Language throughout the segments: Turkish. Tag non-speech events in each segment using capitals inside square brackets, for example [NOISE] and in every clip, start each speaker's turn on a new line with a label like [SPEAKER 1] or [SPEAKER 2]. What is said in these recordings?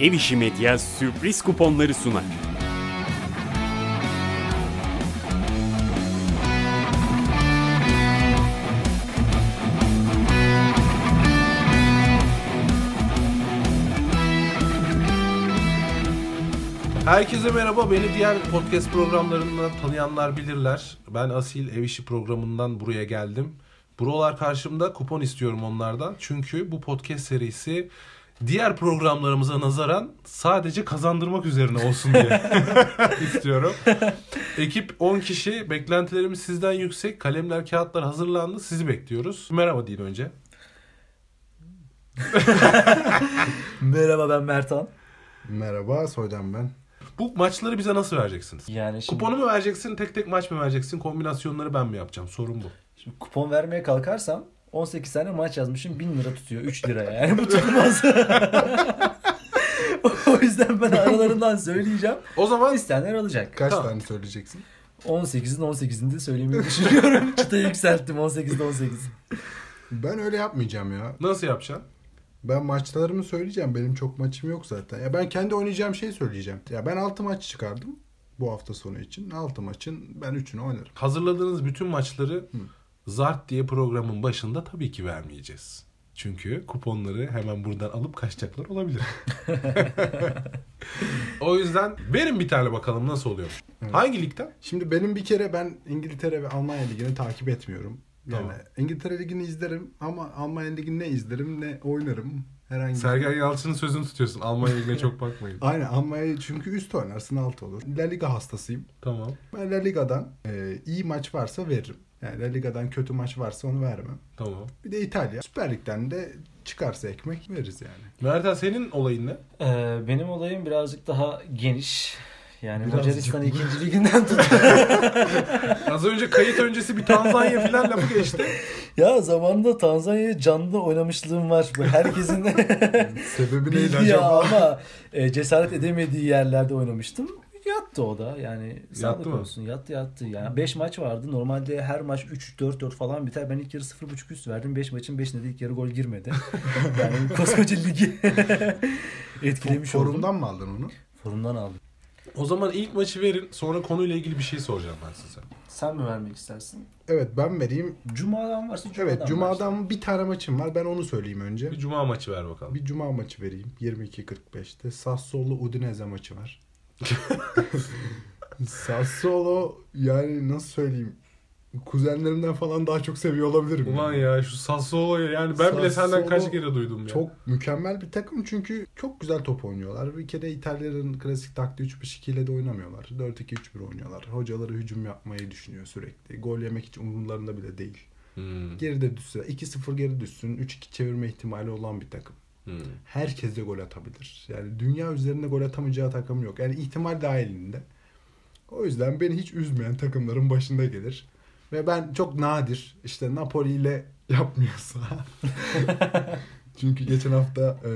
[SPEAKER 1] Ev İşi Medya sürpriz kuponları sunar.
[SPEAKER 2] Herkese merhaba. Beni diğer podcast programlarından tanıyanlar bilirler. Ben Asil Ev İşi programından buraya geldim. Buralar karşımda kupon istiyorum onlardan. Çünkü bu podcast serisi diğer programlarımıza nazaran sadece kazandırmak üzerine olsun diye istiyorum. Ekip 10 kişi. Beklentilerimiz sizden yüksek. Kalemler, kağıtlar hazırlandı. Sizi bekliyoruz. Merhaba deyin önce.
[SPEAKER 3] Merhaba ben Mertan.
[SPEAKER 4] Merhaba Soydan ben.
[SPEAKER 2] Bu maçları bize nasıl vereceksiniz?
[SPEAKER 3] Yani şimdi,
[SPEAKER 2] Kuponu mu vereceksin, tek tek maç mı vereceksin, kombinasyonları ben mi yapacağım? Sorun bu.
[SPEAKER 3] şimdi kupon vermeye kalkarsam 18 tane maç yazmışım 1000 lira tutuyor 3 lira yani
[SPEAKER 5] [LAUGHS]
[SPEAKER 3] bu tutmaz. o yüzden ben aralarından söyleyeceğim.
[SPEAKER 2] O zaman
[SPEAKER 3] İsteyenler alacak.
[SPEAKER 4] Kaç
[SPEAKER 2] Tamam.
[SPEAKER 4] tane söyleyeceksin?
[SPEAKER 3] 18'in 18'ini de söylemeyi
[SPEAKER 5] [LAUGHS]
[SPEAKER 3] düşünüyorum. Çıtayı yükselttim 18'de 18.
[SPEAKER 4] Ben öyle yapmayacağım ya.
[SPEAKER 2] Nasıl yapacaksın?
[SPEAKER 4] Ben maçlarımı söyleyeceğim. Benim çok maçım yok zaten. Ya ben kendi oynayacağım şeyi söyleyeceğim. Ya ben 6 maç çıkardım bu hafta sonu için. 6 maçın ben 3'ünü oynarım.
[SPEAKER 2] Hazırladığınız bütün maçları Zart diye programın başında tabii ki vermeyeceğiz. Çünkü kuponları hemen buradan alıp kaçacaklar olabilir.
[SPEAKER 4] [LAUGHS]
[SPEAKER 2] o yüzden verin bir tane bakalım nasıl oluyormuş. Hangi ligden?
[SPEAKER 4] Şimdi benim bir kere ben İngiltere ve Almanya ligini takip etmiyorum. Yani
[SPEAKER 2] Tamam.
[SPEAKER 4] İngiltere ligini izlerim ama Almanya ligini ne izlerim ne oynarım. Herhangi
[SPEAKER 2] Sergen Yalçın'ın sözünü tutuyorsun. Almanya ligine çok
[SPEAKER 4] [LAUGHS]
[SPEAKER 2] bakmayın.
[SPEAKER 4] Aynen Almanya çünkü üst oynarsın alt olur. La Liga hastasıyım.
[SPEAKER 2] tamam.
[SPEAKER 4] Ben La Liga'dan e, iyi maç varsa veririm. Yani La Liga'dan kötü maç varsa onu vermem.
[SPEAKER 2] Tamam.
[SPEAKER 4] Bir de İtalya. Süper Lig'den de çıkarsa ekmek veririz yani.
[SPEAKER 2] Mertan senin olayın ne?
[SPEAKER 5] Ee, benim olayım birazcık daha geniş. Yani
[SPEAKER 2] Birazcık
[SPEAKER 5] Macaristan
[SPEAKER 2] mı?
[SPEAKER 5] ikinci liginden tut.
[SPEAKER 2] Az önce kayıt öncesi bir Tanzanya filan lafı geçti.
[SPEAKER 3] Ya zamanında Tanzanya'ya canlı oynamışlığım var. Bu herkesin
[SPEAKER 5] [LAUGHS]
[SPEAKER 4] Sebebi neydi
[SPEAKER 3] bildiği
[SPEAKER 4] acaba?
[SPEAKER 3] ama e, cesaret edemediği yerlerde oynamıştım. Yattı o da yani sağlık
[SPEAKER 2] Yattı mı?
[SPEAKER 3] olsun. Yattı yattı. Yani 5 maç vardı. Normalde her maç 3-4-4 falan biter. Ben ilk yarı 0.5 üst verdim. 5 maçın 5'inde de ilk yarı gol
[SPEAKER 4] [LAUGHS]
[SPEAKER 3] girmedi. yani koskoca ligi [LAUGHS] etkilemiş
[SPEAKER 4] Forumdan
[SPEAKER 3] oldum.
[SPEAKER 4] mı aldın onu?
[SPEAKER 3] Forumdan aldım.
[SPEAKER 2] O zaman ilk maçı verin. Sonra konuyla ilgili bir şey soracağım ben size.
[SPEAKER 5] Sen mi vermek istersin?
[SPEAKER 4] Evet ben vereyim.
[SPEAKER 3] Cuma'dan varsa Cuma'dan
[SPEAKER 4] Evet Cuma'dan bir tane maçım var. Ben onu söyleyeyim önce.
[SPEAKER 2] Bir cuma maçı ver bakalım.
[SPEAKER 4] Bir Cuma maçı vereyim. 22.45'te. Sassuolo Udinese maçı var. Sassuolo yani nasıl söyleyeyim? Kuzenlerimden falan daha çok seviyor olabilirim.
[SPEAKER 2] Ulan
[SPEAKER 4] yani.
[SPEAKER 2] ya şu Sassuolo'yu yani ben bile senden
[SPEAKER 4] Sassuolo
[SPEAKER 2] kaç kere duydum ya.
[SPEAKER 4] Çok mükemmel bir takım çünkü çok güzel top oynuyorlar. Bir kere İtalyanların klasik taktiği 3-5-2 ile de oynamıyorlar. 4-2-3-1 oynuyorlar. Hocaları hücum yapmayı düşünüyor sürekli. Gol yemek hiç umurlarında bile değil.
[SPEAKER 2] Hmm,
[SPEAKER 4] Geride düşse 2-0 geri düşsün 3-2 çevirme ihtimali olan bir takım.
[SPEAKER 2] hmm.
[SPEAKER 4] Herkes de gol atabilir. Yani dünya üzerinde gol atamayacağı takım yok. Yani ihtimal dahilinde. O yüzden beni hiç üzmeyen takımların başında gelir. Ve ben çok nadir işte Napoli ile [LAUGHS] yapmıyorsa. Çünkü geçen hafta e,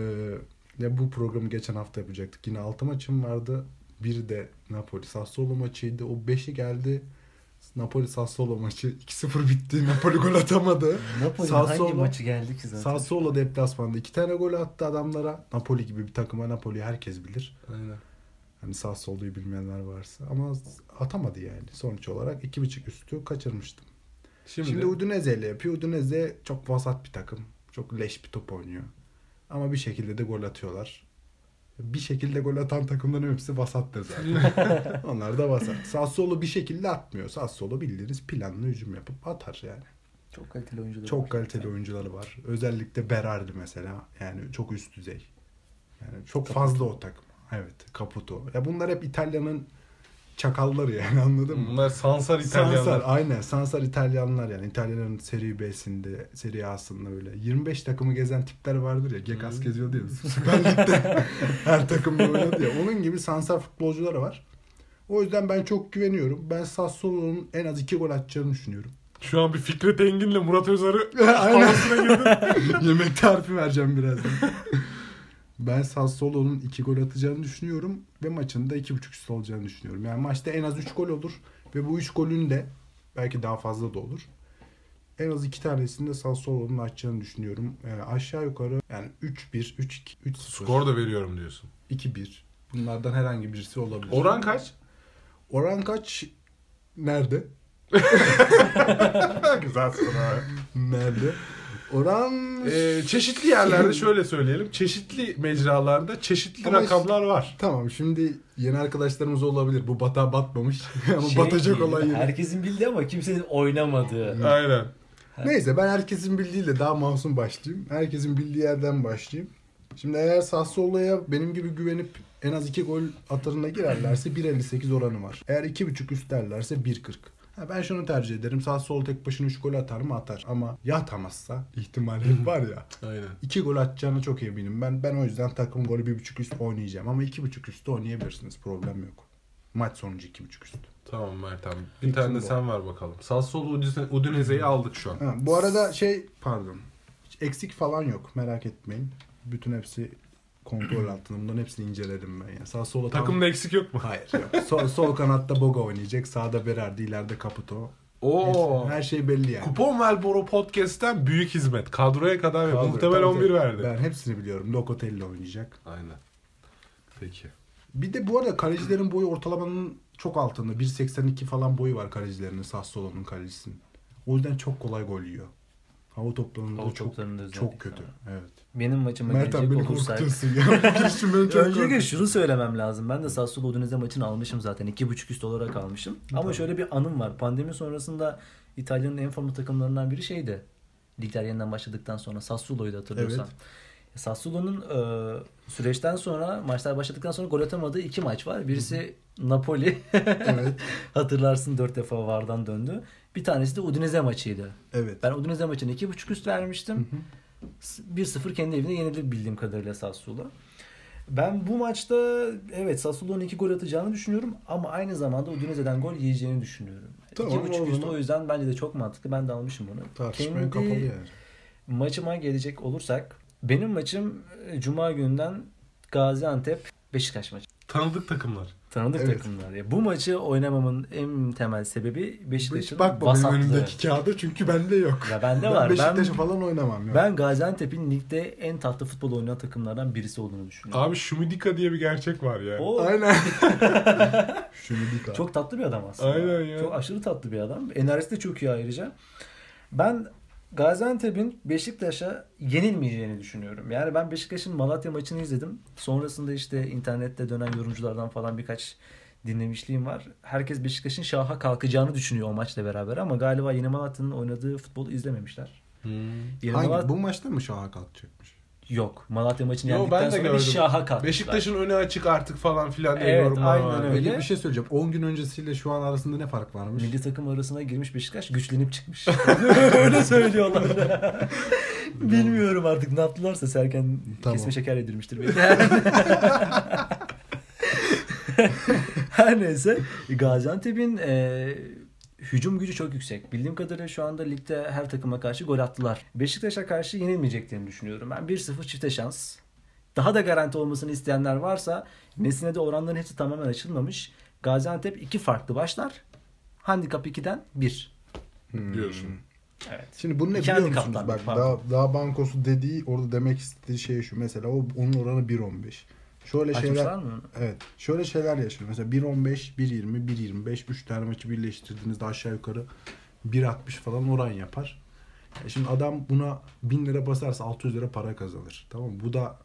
[SPEAKER 4] ya bu programı geçen hafta yapacaktık. Yine 6 maçım vardı. Biri de Napoli Sassuolo maçıydı. O 5'i geldi. Napoli Sassuolo maçı 2-0 bitti. Napoli gol atamadı.
[SPEAKER 3] Napoli'nin hangi
[SPEAKER 4] Sassuolo-
[SPEAKER 3] maçı geldi ki zaten?
[SPEAKER 4] Sassuolo deplasmanda iki tane gol attı adamlara. Napoli gibi bir takıma Napoli'yi herkes bilir.
[SPEAKER 2] Aynen.
[SPEAKER 4] Hani Sassuolo'yu bilmeyenler varsa. Ama atamadı yani sonuç olarak. iki buçuk üstü kaçırmıştım.
[SPEAKER 2] Şimdi,
[SPEAKER 4] Şimdi, Udinese ile yapıyor. Udinese çok vasat bir takım. Çok leş bir top oynuyor. Ama bir şekilde de gol atıyorlar. Bir şekilde gol atan takımların hepsi vasattır zaten. Onlar da vasat. Sassuolo bir şekilde atmıyor. Sassuolo bildiğiniz planlı hücum yapıp atar yani.
[SPEAKER 3] Çok kaliteli oyuncular.
[SPEAKER 4] Çok kaliteli oyuncuları var. Özellikle Berardi mesela. Yani çok üst düzey. Yani çok fazla o takım. Evet. Caputo. Ya bunlar hep İtalya'nın çakalları yani anladın mı?
[SPEAKER 2] bunlar Sansar İtalyanlar.
[SPEAKER 4] Sansar aynen. Sansar İtalyanlar yani. İtalyanların seri B'sinde, seri A'sında böyle 25 takımı gezen tipler vardır ya.
[SPEAKER 2] Hmm.
[SPEAKER 4] Gekas geziyor diye. Süper Lig'de [LAUGHS] her takımda oynadı ya. Onun gibi Sansar futbolcuları var. O yüzden ben çok güveniyorum. Ben Sassuolo'nun en az 2 gol atacağını düşünüyorum.
[SPEAKER 2] Şu an bir Fikret Engin'le Murat Özar'ı
[SPEAKER 4] [LAUGHS] Aynen. [LAUGHS] Yemek tarifi vereceğim birazdan. [LAUGHS] ben Sassuolo'nun 2 gol atacağını düşünüyorum ve maçın da 2.5 üstü olacağını düşünüyorum. Yani maçta en az 3 gol olur ve bu 3 golün de belki daha fazla da olur. En az iki tanesinde Sassuolo'nun açacağını düşünüyorum. E, aşağı yukarı yani 3-1, 3-2, 3-0,
[SPEAKER 2] Skor da veriyorum diyorsun.
[SPEAKER 4] 2-1. Bunlardan herhangi birisi olabilir.
[SPEAKER 2] Oran kaç?
[SPEAKER 4] Oran kaç? Nerede?
[SPEAKER 2] [LAUGHS] Güzel soru.
[SPEAKER 4] Nerede? Oran
[SPEAKER 2] Ee, çeşitli
[SPEAKER 4] [LAUGHS]
[SPEAKER 2] yerlerde şöyle söyleyelim. Çeşitli mecralarda çeşitli
[SPEAKER 4] Ama
[SPEAKER 2] rakamlar var.
[SPEAKER 4] Tamam şimdi yeni arkadaşlarımız olabilir. Bu batağa batmamış [LAUGHS] ama
[SPEAKER 6] Şey
[SPEAKER 4] batacak
[SPEAKER 6] değil,
[SPEAKER 4] olan yeri.
[SPEAKER 6] Herkesin bildiği ama kimsenin oynamadığı.
[SPEAKER 2] Aynen.
[SPEAKER 4] Neyse ben herkesin bildiğiyle daha masum başlayayım. Herkesin bildiği yerden başlayayım. Şimdi eğer Sassuolo'ya benim gibi güvenip en az 2 gol atarına girerlerse 1.58 oranı var. Eğer 2.5 üstlerlerse 1.40. Ha, ben şunu tercih ederim. Sassuolo tek başına 3 gol atar mı atar. Ama ya atamazsa
[SPEAKER 6] [LAUGHS]
[SPEAKER 4] ihtimali hep var ya.
[SPEAKER 2] Aynen.
[SPEAKER 4] 2 gol atacağına çok eminim. Ben ben o yüzden takım golü 1.5 üst oynayacağım. Ama 2.5 üstü oynayabilirsiniz. Problem yok. Maç sonucu 2.5 üst.
[SPEAKER 2] Tamam Mert abi. Bir
[SPEAKER 4] Fikrim
[SPEAKER 2] tane de
[SPEAKER 4] bu.
[SPEAKER 2] sen var bakalım. Sassuolo Udine- Udinese'yi aldık şu an.
[SPEAKER 4] Ha, bu arada şey pardon. Hiç eksik falan yok merak etmeyin. Bütün hepsi
[SPEAKER 2] [CLEARS THROAT]
[SPEAKER 4] kontrol altında. Bunların hepsini inceledim ben. Yani sağ sola tam-
[SPEAKER 2] Takımda eksik yok mu?
[SPEAKER 4] Hayır yok. Sol, sol kanatta Boga oynayacak. Sağda Berardi, ileride Caputo.
[SPEAKER 2] Oo.
[SPEAKER 4] Hepsi- Her şey belli yani.
[SPEAKER 2] Kupon Velboro Podcast'ten büyük hizmet. Kadroya kadar ve
[SPEAKER 4] Kadro-
[SPEAKER 2] muhtemel
[SPEAKER 4] tabii
[SPEAKER 2] 11
[SPEAKER 4] tabii.
[SPEAKER 2] verdi.
[SPEAKER 4] Ben hepsini biliyorum. Locatelli oynayacak.
[SPEAKER 2] Aynen. Peki.
[SPEAKER 4] Bir de bu arada kalecilerin boyu ortalamanın çok altında. 1.82 falan boyu var kalecilerinin. Sassuolo'nun kalecisinin. O yüzden çok kolay gol yiyor. Hava toplarında
[SPEAKER 6] Hava
[SPEAKER 4] çok,
[SPEAKER 6] toplarında özellikle.
[SPEAKER 4] çok kötü. Evet.
[SPEAKER 6] Benim maçıma
[SPEAKER 4] Mert abi beni
[SPEAKER 6] gelecek olursak.
[SPEAKER 4] korkutuyorsun
[SPEAKER 5] [LAUGHS]
[SPEAKER 4] ya. Girişim beni çok
[SPEAKER 5] Öncelikle
[SPEAKER 4] korkutuyor.
[SPEAKER 5] şunu söylemem lazım. Ben de Sassuolo Udinese maçını almışım zaten. 2.5 üst olarak almışım. Ama şöyle bir anım var. Pandemi sonrasında İtalya'nın en formlu takımlarından biri şeydi. Ligler yeniden başladıktan sonra Sassuolo'ydu hatırlıyorsan. Sassuolo'nun e, süreçten sonra maçlar başladıktan sonra gol atamadığı iki maç var. Birisi Napoli.
[SPEAKER 4] [LAUGHS] Evet.
[SPEAKER 5] Hatırlarsın dört defa vardan döndü. Bir tanesi de Udinese maçıydı.
[SPEAKER 4] Evet.
[SPEAKER 5] Ben Udinese maçına 2.5 üst vermiştim. 1-0 kendi evinde yenildi bildiğim kadarıyla Sassuolo. Ben bu maçta evet Sassuolo'nun 2 gol atacağını düşünüyorum ama aynı zamanda Udinese'den gol yiyeceğini düşünüyorum.
[SPEAKER 4] Tamam,
[SPEAKER 5] 2.5
[SPEAKER 4] o
[SPEAKER 5] üst
[SPEAKER 4] zaman-
[SPEAKER 5] o yüzden bence de çok mantıklı. Ben de almışım bunu.
[SPEAKER 4] Tartışmaya kapalı yani.
[SPEAKER 5] maçıma gelecek olursak benim maçım e, Cuma günden Gaziantep Beşiktaş maçı.
[SPEAKER 2] Tanıdık takımlar.
[SPEAKER 5] Tanıdık
[SPEAKER 4] Evet.
[SPEAKER 5] takımlar. Ya. Bu maçı oynamamın en temel sebebi Beşiktaş'ın
[SPEAKER 4] Hiç bakma
[SPEAKER 5] vasatlığı.
[SPEAKER 4] benim önümdeki kağıda çünkü bende yok.
[SPEAKER 5] Ya bende var. Ben-
[SPEAKER 4] Beşiktaş'a falan oynamam. Yok.
[SPEAKER 5] Ben Gaziantep'in ligde en tatlı futbol oynayan takımlardan birisi olduğunu düşünüyorum.
[SPEAKER 2] Abi Şumidika diye bir gerçek var ya.
[SPEAKER 5] O [LAUGHS]
[SPEAKER 4] Aynen. Şunu dik abi.
[SPEAKER 5] çok tatlı bir adam aslında.
[SPEAKER 2] Aynen ya.
[SPEAKER 5] Çok aşırı tatlı bir adam. Enerjisi de çok iyi ayrıca. Ben Gaziantep'in Beşiktaş'a yenilmeyeceğini düşünüyorum. Yani ben Beşiktaş'ın Malatya maçını izledim. Sonrasında işte internette dönen yorumculardan falan birkaç dinlemişliğim var. Herkes Beşiktaş'ın şaha kalkacağını düşünüyor o maçla beraber ama galiba Yeni Malatya'nın oynadığı futbolu izlememişler.
[SPEAKER 2] Hmm.
[SPEAKER 5] Yeni
[SPEAKER 4] Hangi,
[SPEAKER 5] Malat-
[SPEAKER 4] bu maçta mı şaha kalkacakmış?
[SPEAKER 5] Yok. Malatya maçını
[SPEAKER 2] Yo,
[SPEAKER 5] yendikten
[SPEAKER 2] ben de
[SPEAKER 5] sonra bir
[SPEAKER 2] gördüm.
[SPEAKER 5] şaha kalktılar.
[SPEAKER 2] Beşiktaş'ın önü açık artık falan filan diye
[SPEAKER 5] Evet,
[SPEAKER 2] yorumlar
[SPEAKER 5] aynen
[SPEAKER 2] var.
[SPEAKER 5] öyle.
[SPEAKER 4] Peki bir şey söyleyeceğim. 10 gün öncesiyle şu an arasında ne fark varmış?
[SPEAKER 5] Milli takım arasına girmiş Beşiktaş
[SPEAKER 2] [LAUGHS]
[SPEAKER 5] güçlenip çıkmış. Öyle söylüyorlar. Bilmiyorum artık ne yaptılarsa Serkan
[SPEAKER 4] Tamam.
[SPEAKER 5] kesme şeker yedirmiştir belki. [LAUGHS] Her neyse Gaziantep'in e, hücum gücü çok yüksek. Bildiğim kadarıyla şu anda ligde her takıma karşı gol attılar. Beşiktaş'a karşı yenilmeyeceklerini düşünüyorum. Ben 1-0 çifte şans. Daha da garanti olmasını isteyenler varsa Nesine'de oranların hepsi tamamen açılmamış. Gaziantep iki farklı başlar. Handikap 2'den 1.
[SPEAKER 2] diyorsun.
[SPEAKER 4] Şimdi bunu ne
[SPEAKER 5] İki
[SPEAKER 4] biliyor
[SPEAKER 5] handikaplar
[SPEAKER 4] musunuz?
[SPEAKER 5] mı?
[SPEAKER 4] Bak
[SPEAKER 5] Pardon.
[SPEAKER 4] daha, daha bankosu dediği orada demek istediği şey şu. Mesela o onun oranı 1.15. Şöyle şeyler
[SPEAKER 5] Açmışlar mı onu?
[SPEAKER 4] Evet. Şöyle şeyler yaşanıyor. Mesela 1.15, 1.20, 1.25 3 tane maçı birleştirdiğinizde aşağı yukarı 1.60 falan oran yapar. E şimdi adam buna 1000 lira basarsa 600 lira para kazanır. Tamam mı? Bu da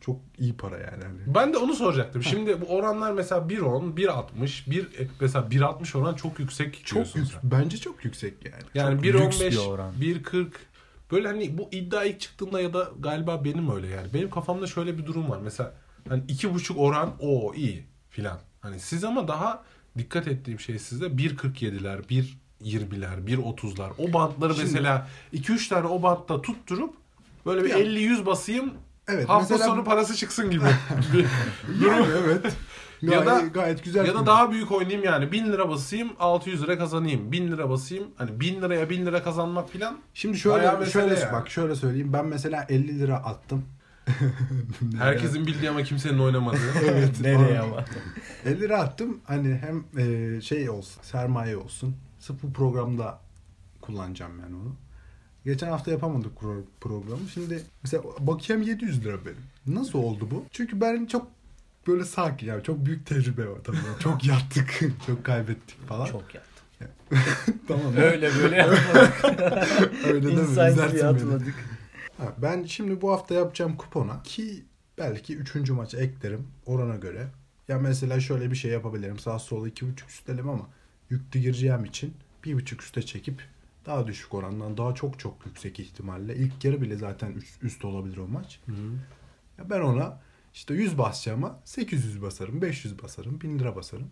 [SPEAKER 4] çok iyi para yani. Hani
[SPEAKER 2] Ben de onu soracaktım. Şimdi bu oranlar mesela 1.10, 1.60, 1 e, mesela 1.60 oran çok yüksek
[SPEAKER 4] çok
[SPEAKER 2] diyorsun
[SPEAKER 4] yük-
[SPEAKER 2] sen.
[SPEAKER 4] bence çok yüksek yani.
[SPEAKER 2] Yani
[SPEAKER 5] Çok lüks bir
[SPEAKER 2] 1.15,
[SPEAKER 5] oran.
[SPEAKER 2] 1.40 böyle hani bu iddia ilk çıktığında ya da galiba benim öyle yani. Benim kafamda şöyle bir durum var. Mesela hani 2.5 oran o iyi filan. Hani siz ama daha dikkat ettiğim şey sizde 1.47'ler, 1.20'ler, 1.30'lar. O bantları
[SPEAKER 4] Şimdi-
[SPEAKER 2] mesela 2-3 tane o bantta tutturup böyle bir
[SPEAKER 4] Ya.
[SPEAKER 2] 50-100 basayım
[SPEAKER 4] Evet,
[SPEAKER 2] hafta
[SPEAKER 4] mesela-
[SPEAKER 2] sonu parası çıksın gibi. [LAUGHS] Bir-
[SPEAKER 4] Yani evet.
[SPEAKER 2] Ya
[SPEAKER 4] Gayet,
[SPEAKER 2] da-
[SPEAKER 4] gayet güzel.
[SPEAKER 2] ya da
[SPEAKER 4] bir-
[SPEAKER 2] daha büyük oynayayım yani 1000 lira basayım 600 lira kazanayım. 1000 lira basayım hani 1000 liraya 1000 lira kazanmak filan
[SPEAKER 4] Şimdi
[SPEAKER 2] Bayağı
[SPEAKER 4] şöyle
[SPEAKER 2] mesele
[SPEAKER 4] şöyle
[SPEAKER 2] yani.
[SPEAKER 4] bak şöyle söyleyeyim. Ben mesela 50 lira
[SPEAKER 2] [LAUGHS]
[SPEAKER 4] attım. [LAUGHS]
[SPEAKER 2] Herkesin bildiği ama kimsenin oynamadığı.
[SPEAKER 4] Evet.
[SPEAKER 5] Nereye ama?
[SPEAKER 4] 50 lira attım. Hani hem e, şey olsun, sermaye olsun. Sırf bu programda kullanacağım yani onu. Geçen hafta yapamadık pro- programı. Şimdi mesela bakiyem 700 lira benim. Nasıl oldu bu? Çünkü ben çok böyle sakin yani çok büyük tecrübe var tabii. çok yattık, [LAUGHS] çok kaybettik falan.
[SPEAKER 3] Çok yattım.
[SPEAKER 4] [LAUGHS] Tamam.
[SPEAKER 3] Öyle
[SPEAKER 4] [LAUGHS]
[SPEAKER 3] böyle yapmadık.
[SPEAKER 4] Öyle deme,
[SPEAKER 3] İnsan gibi
[SPEAKER 4] üzersin beni.
[SPEAKER 3] yatmadık.
[SPEAKER 4] Ha, ben şimdi bu hafta yapacağım kupona ki belki 3. maça eklerim orana göre. Ya mesela şöyle bir şey yapabilirim. Sağ sola 2.5 üstelim ama yüklü gireceğim için 1.5 üste çekip daha düşük orandan daha çok çok yüksek ihtimalle ilk yarı bile zaten üst, üst olabilir o maç. Ya ben ona işte 100 basacağıma 800 basarım, 500 basarım, 1000 lira basarım.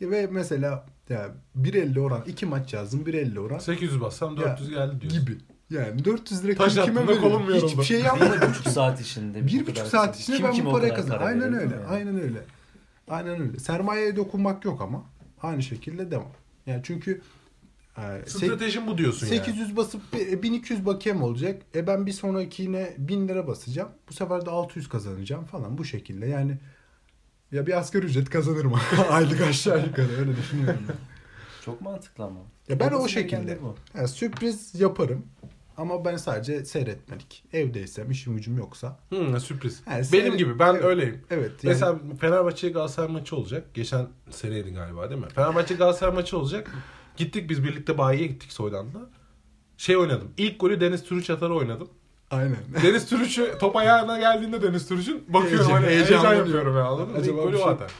[SPEAKER 4] Ya ve mesela ya 1.50 oran 2 maç yazdım 1.50 oran
[SPEAKER 2] 800 bassam 400 geldi diyorsun.
[SPEAKER 4] gibi. Yani 400 lira
[SPEAKER 2] Taş
[SPEAKER 4] kim kime
[SPEAKER 2] attığında
[SPEAKER 4] veriyor?
[SPEAKER 2] kolum yarıldı. [LAUGHS]
[SPEAKER 4] Hiçbir şey yapmadım.
[SPEAKER 5] Bir buçuk saat içinde.
[SPEAKER 4] bir
[SPEAKER 5] bu
[SPEAKER 4] buçuk
[SPEAKER 5] kadar-
[SPEAKER 4] saat içinde
[SPEAKER 5] Kim
[SPEAKER 4] ben
[SPEAKER 5] kime
[SPEAKER 4] bu
[SPEAKER 5] o
[SPEAKER 4] parayı
[SPEAKER 5] kadar para
[SPEAKER 4] kazandım. Aynen
[SPEAKER 5] verir,
[SPEAKER 4] öyle.
[SPEAKER 5] değil mi?
[SPEAKER 4] Aynen öyle. Aynen öyle. Sermayeye dokunmak yok ama. Aynı şekilde devam. Yani çünkü e, sek-
[SPEAKER 2] Stratejin bu diyorsun yani.
[SPEAKER 4] 800 basıp e, bi- 1200 bakiyem olacak. E ben bir sonraki yine 1000 lira basacağım. Bu sefer de 600 kazanacağım falan bu şekilde. Yani ya bir asgari ücret kazanırım [LAUGHS] aylık aşağı yukarı öyle düşünüyorum. ben.
[SPEAKER 5] Çok mantıklı ama.
[SPEAKER 4] Ya ben o
[SPEAKER 5] Babasının
[SPEAKER 4] şekilde.
[SPEAKER 5] geldi bu.
[SPEAKER 4] Yani sürpriz yaparım. Ama ben sadece seyretmelik. Evdeysem, işim gücüm yoksa.
[SPEAKER 2] Hı, sürpriz.
[SPEAKER 4] Ha, seyret-
[SPEAKER 2] Benim gibi ben
[SPEAKER 4] Evet.
[SPEAKER 2] öyleyim.
[SPEAKER 4] Evet. yani-
[SPEAKER 2] Mesela Fenerbahçe Galatasaray maçı olacak. Geçen seneydi galiba değil mi? Fenerbahçe Galatasaray maçı olacak. Gittik biz birlikte bayiye gittik Soydan'da. Şey oynadım. İlk golü Deniz Türüç atarı oynadım.
[SPEAKER 4] aynen.
[SPEAKER 2] Deniz Türüç'ü top ayağına geldiğinde Deniz Türüç'ün bakıyorum
[SPEAKER 4] Heyecan-
[SPEAKER 2] hani heyecan,
[SPEAKER 4] heyecanlı.
[SPEAKER 2] yapıyorum ya anladın mı?
[SPEAKER 4] Acaba
[SPEAKER 2] İlk golü
[SPEAKER 4] bir
[SPEAKER 2] o
[SPEAKER 4] şey-
[SPEAKER 2] atar.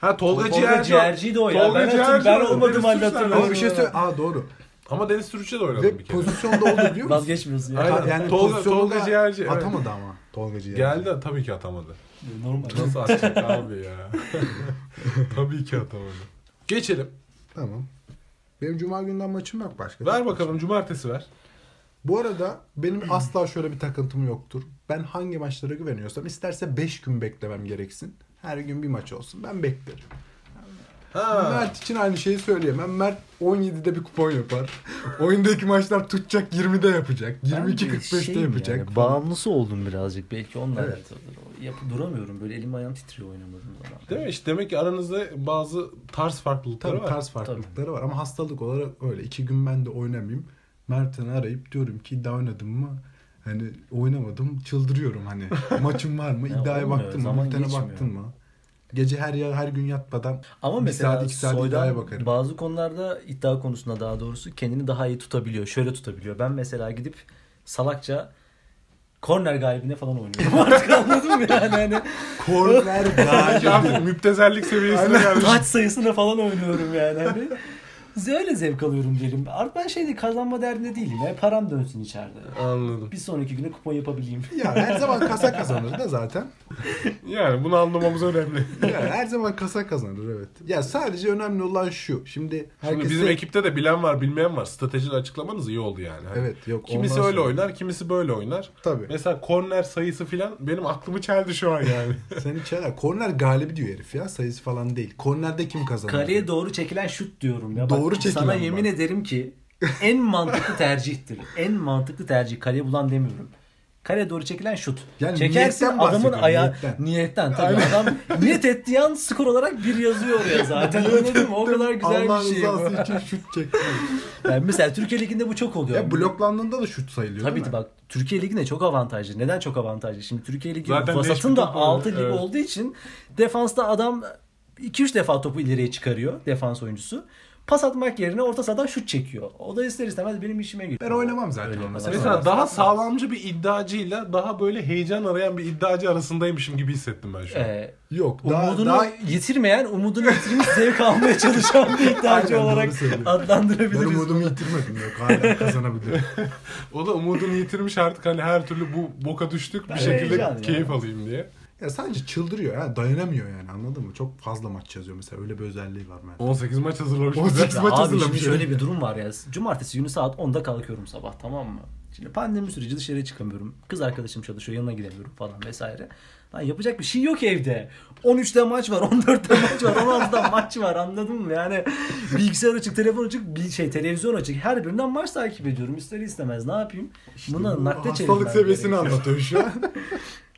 [SPEAKER 2] Ha Tolga,
[SPEAKER 5] Tolga
[SPEAKER 2] Ciğerci,
[SPEAKER 5] Ciğerci de o ya. Ben hatır- ben olmadım
[SPEAKER 2] Deniz
[SPEAKER 5] halde
[SPEAKER 2] Türüç nerede?
[SPEAKER 5] hatırlamıyorum.
[SPEAKER 4] [LAUGHS] Ama bir şey söyle. Aa doğru.
[SPEAKER 2] Ama Deniz Türüç'e de
[SPEAKER 4] Ve
[SPEAKER 2] oynadım bir kere.
[SPEAKER 4] pozisyonda oldu biliyor musun?
[SPEAKER 5] Vazgeçmiyorsun ya.
[SPEAKER 2] Aynen.
[SPEAKER 4] Ha, Yani
[SPEAKER 2] Tolga-
[SPEAKER 4] pozisyonda
[SPEAKER 2] Tolga Ciğerci, evet.
[SPEAKER 4] Atamadı ama. Tolga Ciğerci.
[SPEAKER 2] Geldi de tabii ki atamadı.
[SPEAKER 5] Normal.
[SPEAKER 2] Nasıl
[SPEAKER 4] [LAUGHS]
[SPEAKER 2] atacak abi ya? [LAUGHS] tabii ki atamadı. Geçelim.
[SPEAKER 4] Tamam. Benim cuma günden maçım yok başka.
[SPEAKER 2] Ver bakalım cumartesi ver.
[SPEAKER 4] Bu arada benim asla şöyle bir takıntım yoktur. Ben hangi maçlara güveniyorsam isterse 5 gün beklemem gereksin. Her gün bir maç olsun. Ben beklerim.
[SPEAKER 2] Ha.
[SPEAKER 4] Mert için aynı şeyi söyleyemem. Mert 17'de bir kupon yapar. [LAUGHS] Oyundaki maçlar tutacak 20'de yapacak.
[SPEAKER 5] Ben
[SPEAKER 4] 22.45'te
[SPEAKER 5] şeyim
[SPEAKER 4] yapacak.
[SPEAKER 5] şey yani, bağımlısı oldum birazcık. Belki onunla
[SPEAKER 4] Evet.
[SPEAKER 5] alakalıdır. O Yap- duramıyorum böyle elim ayağım titriyor oynamadığım zaman.
[SPEAKER 2] Değil mi? İşte demek ki aranızda bazı tarz farklılıkları
[SPEAKER 4] Tabii
[SPEAKER 2] var.
[SPEAKER 4] tarz farklılıkları var ama hastalık olarak öyle. İki gün ben de oynamayayım. Mert'ini arayıp diyorum ki iddia oynadım mı? Hani oynamadım çıldırıyorum hani.
[SPEAKER 5] [LAUGHS]
[SPEAKER 4] Maçın var mı?
[SPEAKER 5] Ya
[SPEAKER 4] İddiaya
[SPEAKER 5] olmuyor,
[SPEAKER 4] baktın mı?
[SPEAKER 5] zaman
[SPEAKER 4] Bültene
[SPEAKER 5] geçmiyor.
[SPEAKER 4] baktın mı? Gece her yer her gün yatmadan
[SPEAKER 5] Ama
[SPEAKER 4] bir
[SPEAKER 5] mesela
[SPEAKER 4] saat iki saat iddiaya
[SPEAKER 5] Soydan
[SPEAKER 4] bakarım.
[SPEAKER 5] bazı konularda iddia konusunda daha doğrusu kendini daha iyi tutabiliyor. Şöyle tutabiliyor. Ben mesela gidip salakça korner galibine falan oynuyorum. [LAUGHS] Artık anladın mı yani? Hani
[SPEAKER 4] Korner
[SPEAKER 2] Belki
[SPEAKER 4] galiba.
[SPEAKER 2] artık müptezellik seviyesine gelmiş.
[SPEAKER 5] maç sayısına falan oynuyorum yani. Hani öyle zevk alıyorum diyelim. Artık ben şeyde kazanma derdinde değilim. ya. param dönsün içeride.
[SPEAKER 2] Anladım.
[SPEAKER 5] Bir sonraki güne kupon yapabileyim.
[SPEAKER 4] [LAUGHS] ya her zaman kasa kazanır da zaten.
[SPEAKER 2] Yani bunu anlamamız önemli.
[SPEAKER 4] Ya her zaman kasa kazanır evet. Ya sadece önemli olan şu. Şimdi herkes
[SPEAKER 2] Şimdi bizim
[SPEAKER 4] [LAUGHS]
[SPEAKER 2] ekipte de bilen var bilmeyen var. Stratejide açıklamanız iyi oldu yani. Hani
[SPEAKER 4] Evet yok.
[SPEAKER 2] Kimisi
[SPEAKER 4] ondan
[SPEAKER 2] öyle
[SPEAKER 4] sonra-
[SPEAKER 2] oynar, kimisi böyle oynar.
[SPEAKER 4] Tabii.
[SPEAKER 2] Mesela korner sayısı filan benim aklımı çeldi şu an yani.
[SPEAKER 4] Seni çeler. Korner galibi diyor herif ya. Sayısı falan değil. Kornerde kim kazanır?
[SPEAKER 5] Kaleye doğru çekilen şut diyorum ya. Bak,
[SPEAKER 4] Doğru çekilen
[SPEAKER 5] Sana
[SPEAKER 4] bak.
[SPEAKER 5] yemin ederim ki en mantıklı tercihtir. En mantıklı tercih. Kaleye bulan demiyorum. Kaleye doğru çekilen şut.
[SPEAKER 4] Yani
[SPEAKER 5] Çekersin
[SPEAKER 4] niyetten
[SPEAKER 5] adamın
[SPEAKER 4] bahsediyorum,
[SPEAKER 5] ayağı niyetten.
[SPEAKER 4] niyetten.
[SPEAKER 5] tabii. Adam niyet ettiği an skor olarak bir yazıyor oraya
[SPEAKER 4] [LAUGHS]
[SPEAKER 5] zaten. Anladın mı? O kadar güzel
[SPEAKER 4] Allah
[SPEAKER 5] bir şey bu.
[SPEAKER 4] rızası için şut çek.
[SPEAKER 5] [LAUGHS] Yani mesela Türkiye Ligi'nde bu çok oluyor.
[SPEAKER 4] ya bloklandığında da şut sayılıyor
[SPEAKER 5] Tabii
[SPEAKER 4] değil
[SPEAKER 5] ki
[SPEAKER 4] mi?
[SPEAKER 5] bak Türkiye Ligi'ne çok avantajlı. Neden çok avantajlı? Şimdi Türkiye Ligi
[SPEAKER 2] Zaten
[SPEAKER 5] vasatın
[SPEAKER 2] beş bir
[SPEAKER 5] da
[SPEAKER 2] top var,
[SPEAKER 5] altı lig
[SPEAKER 2] evet.
[SPEAKER 5] olduğu için defansta adam 2-3 defa topu ileriye çıkarıyor defans oyuncusu. Pas atmak yerine orta sahadan şut çekiyor. O da ister istemez benim işime geliyor.
[SPEAKER 4] Ben oynamam zaten onu.
[SPEAKER 5] yapamaz.
[SPEAKER 4] Mesela
[SPEAKER 2] Mesela daha sağlamcı bir iddiacıyla daha böyle heyecan arayan bir iddiacı arasındaymışım gibi hissettim ben şu an.
[SPEAKER 5] Ee,
[SPEAKER 4] Yok. Daha,
[SPEAKER 5] umudunu
[SPEAKER 4] daha
[SPEAKER 5] yitirmeyen, umudunu yitirmiş zevk almaya çalışan bir iddiacı
[SPEAKER 4] Aynen, doğru
[SPEAKER 5] olarak
[SPEAKER 4] söylüyorsun. ben
[SPEAKER 5] adlandırabiliriz.
[SPEAKER 4] umudumu yitirmedim yok. Hala [LAUGHS] kazanabilirim.
[SPEAKER 2] [LAUGHS] O da umudunu yitirmiş artık hani her türlü bu boka düştük bir
[SPEAKER 5] Ben
[SPEAKER 2] şekilde
[SPEAKER 5] heyecan
[SPEAKER 2] keyif
[SPEAKER 5] ya.
[SPEAKER 2] alayım diye.
[SPEAKER 4] ya sadece çıldırıyor ya. Dayanamıyor yani anladın mı? Çok fazla maç yazıyor mesela. Öyle bir özelliği var bende.
[SPEAKER 2] 18 maç hazırlamış.
[SPEAKER 4] 18
[SPEAKER 2] bize. [LAUGHS]
[SPEAKER 5] Ya
[SPEAKER 4] maç
[SPEAKER 5] abi şimdi
[SPEAKER 4] hazırlamış
[SPEAKER 5] şöyle
[SPEAKER 4] herif.
[SPEAKER 5] bir durum var ya. Cumartesi günü saat 10'da kalkıyorum sabah tamam mı? Şimdi pandemi süreci dışarıya çıkamıyorum. Kız arkadaşım çalışıyor yanına gidemiyorum falan vesaire. Lan yapacak bir şey yok evde. 13'te maç var, 14'te maç var, 16'da [LAUGHS] maç var anladın mı? Yani bilgisayar açık, telefon açık, bir şey televizyon açık. Her birinden maç takip ediyorum ister istemez ne yapayım? Buna nakde
[SPEAKER 4] Hastalık seviyesini
[SPEAKER 5] gerekiyor.
[SPEAKER 4] anlatıyor şu an.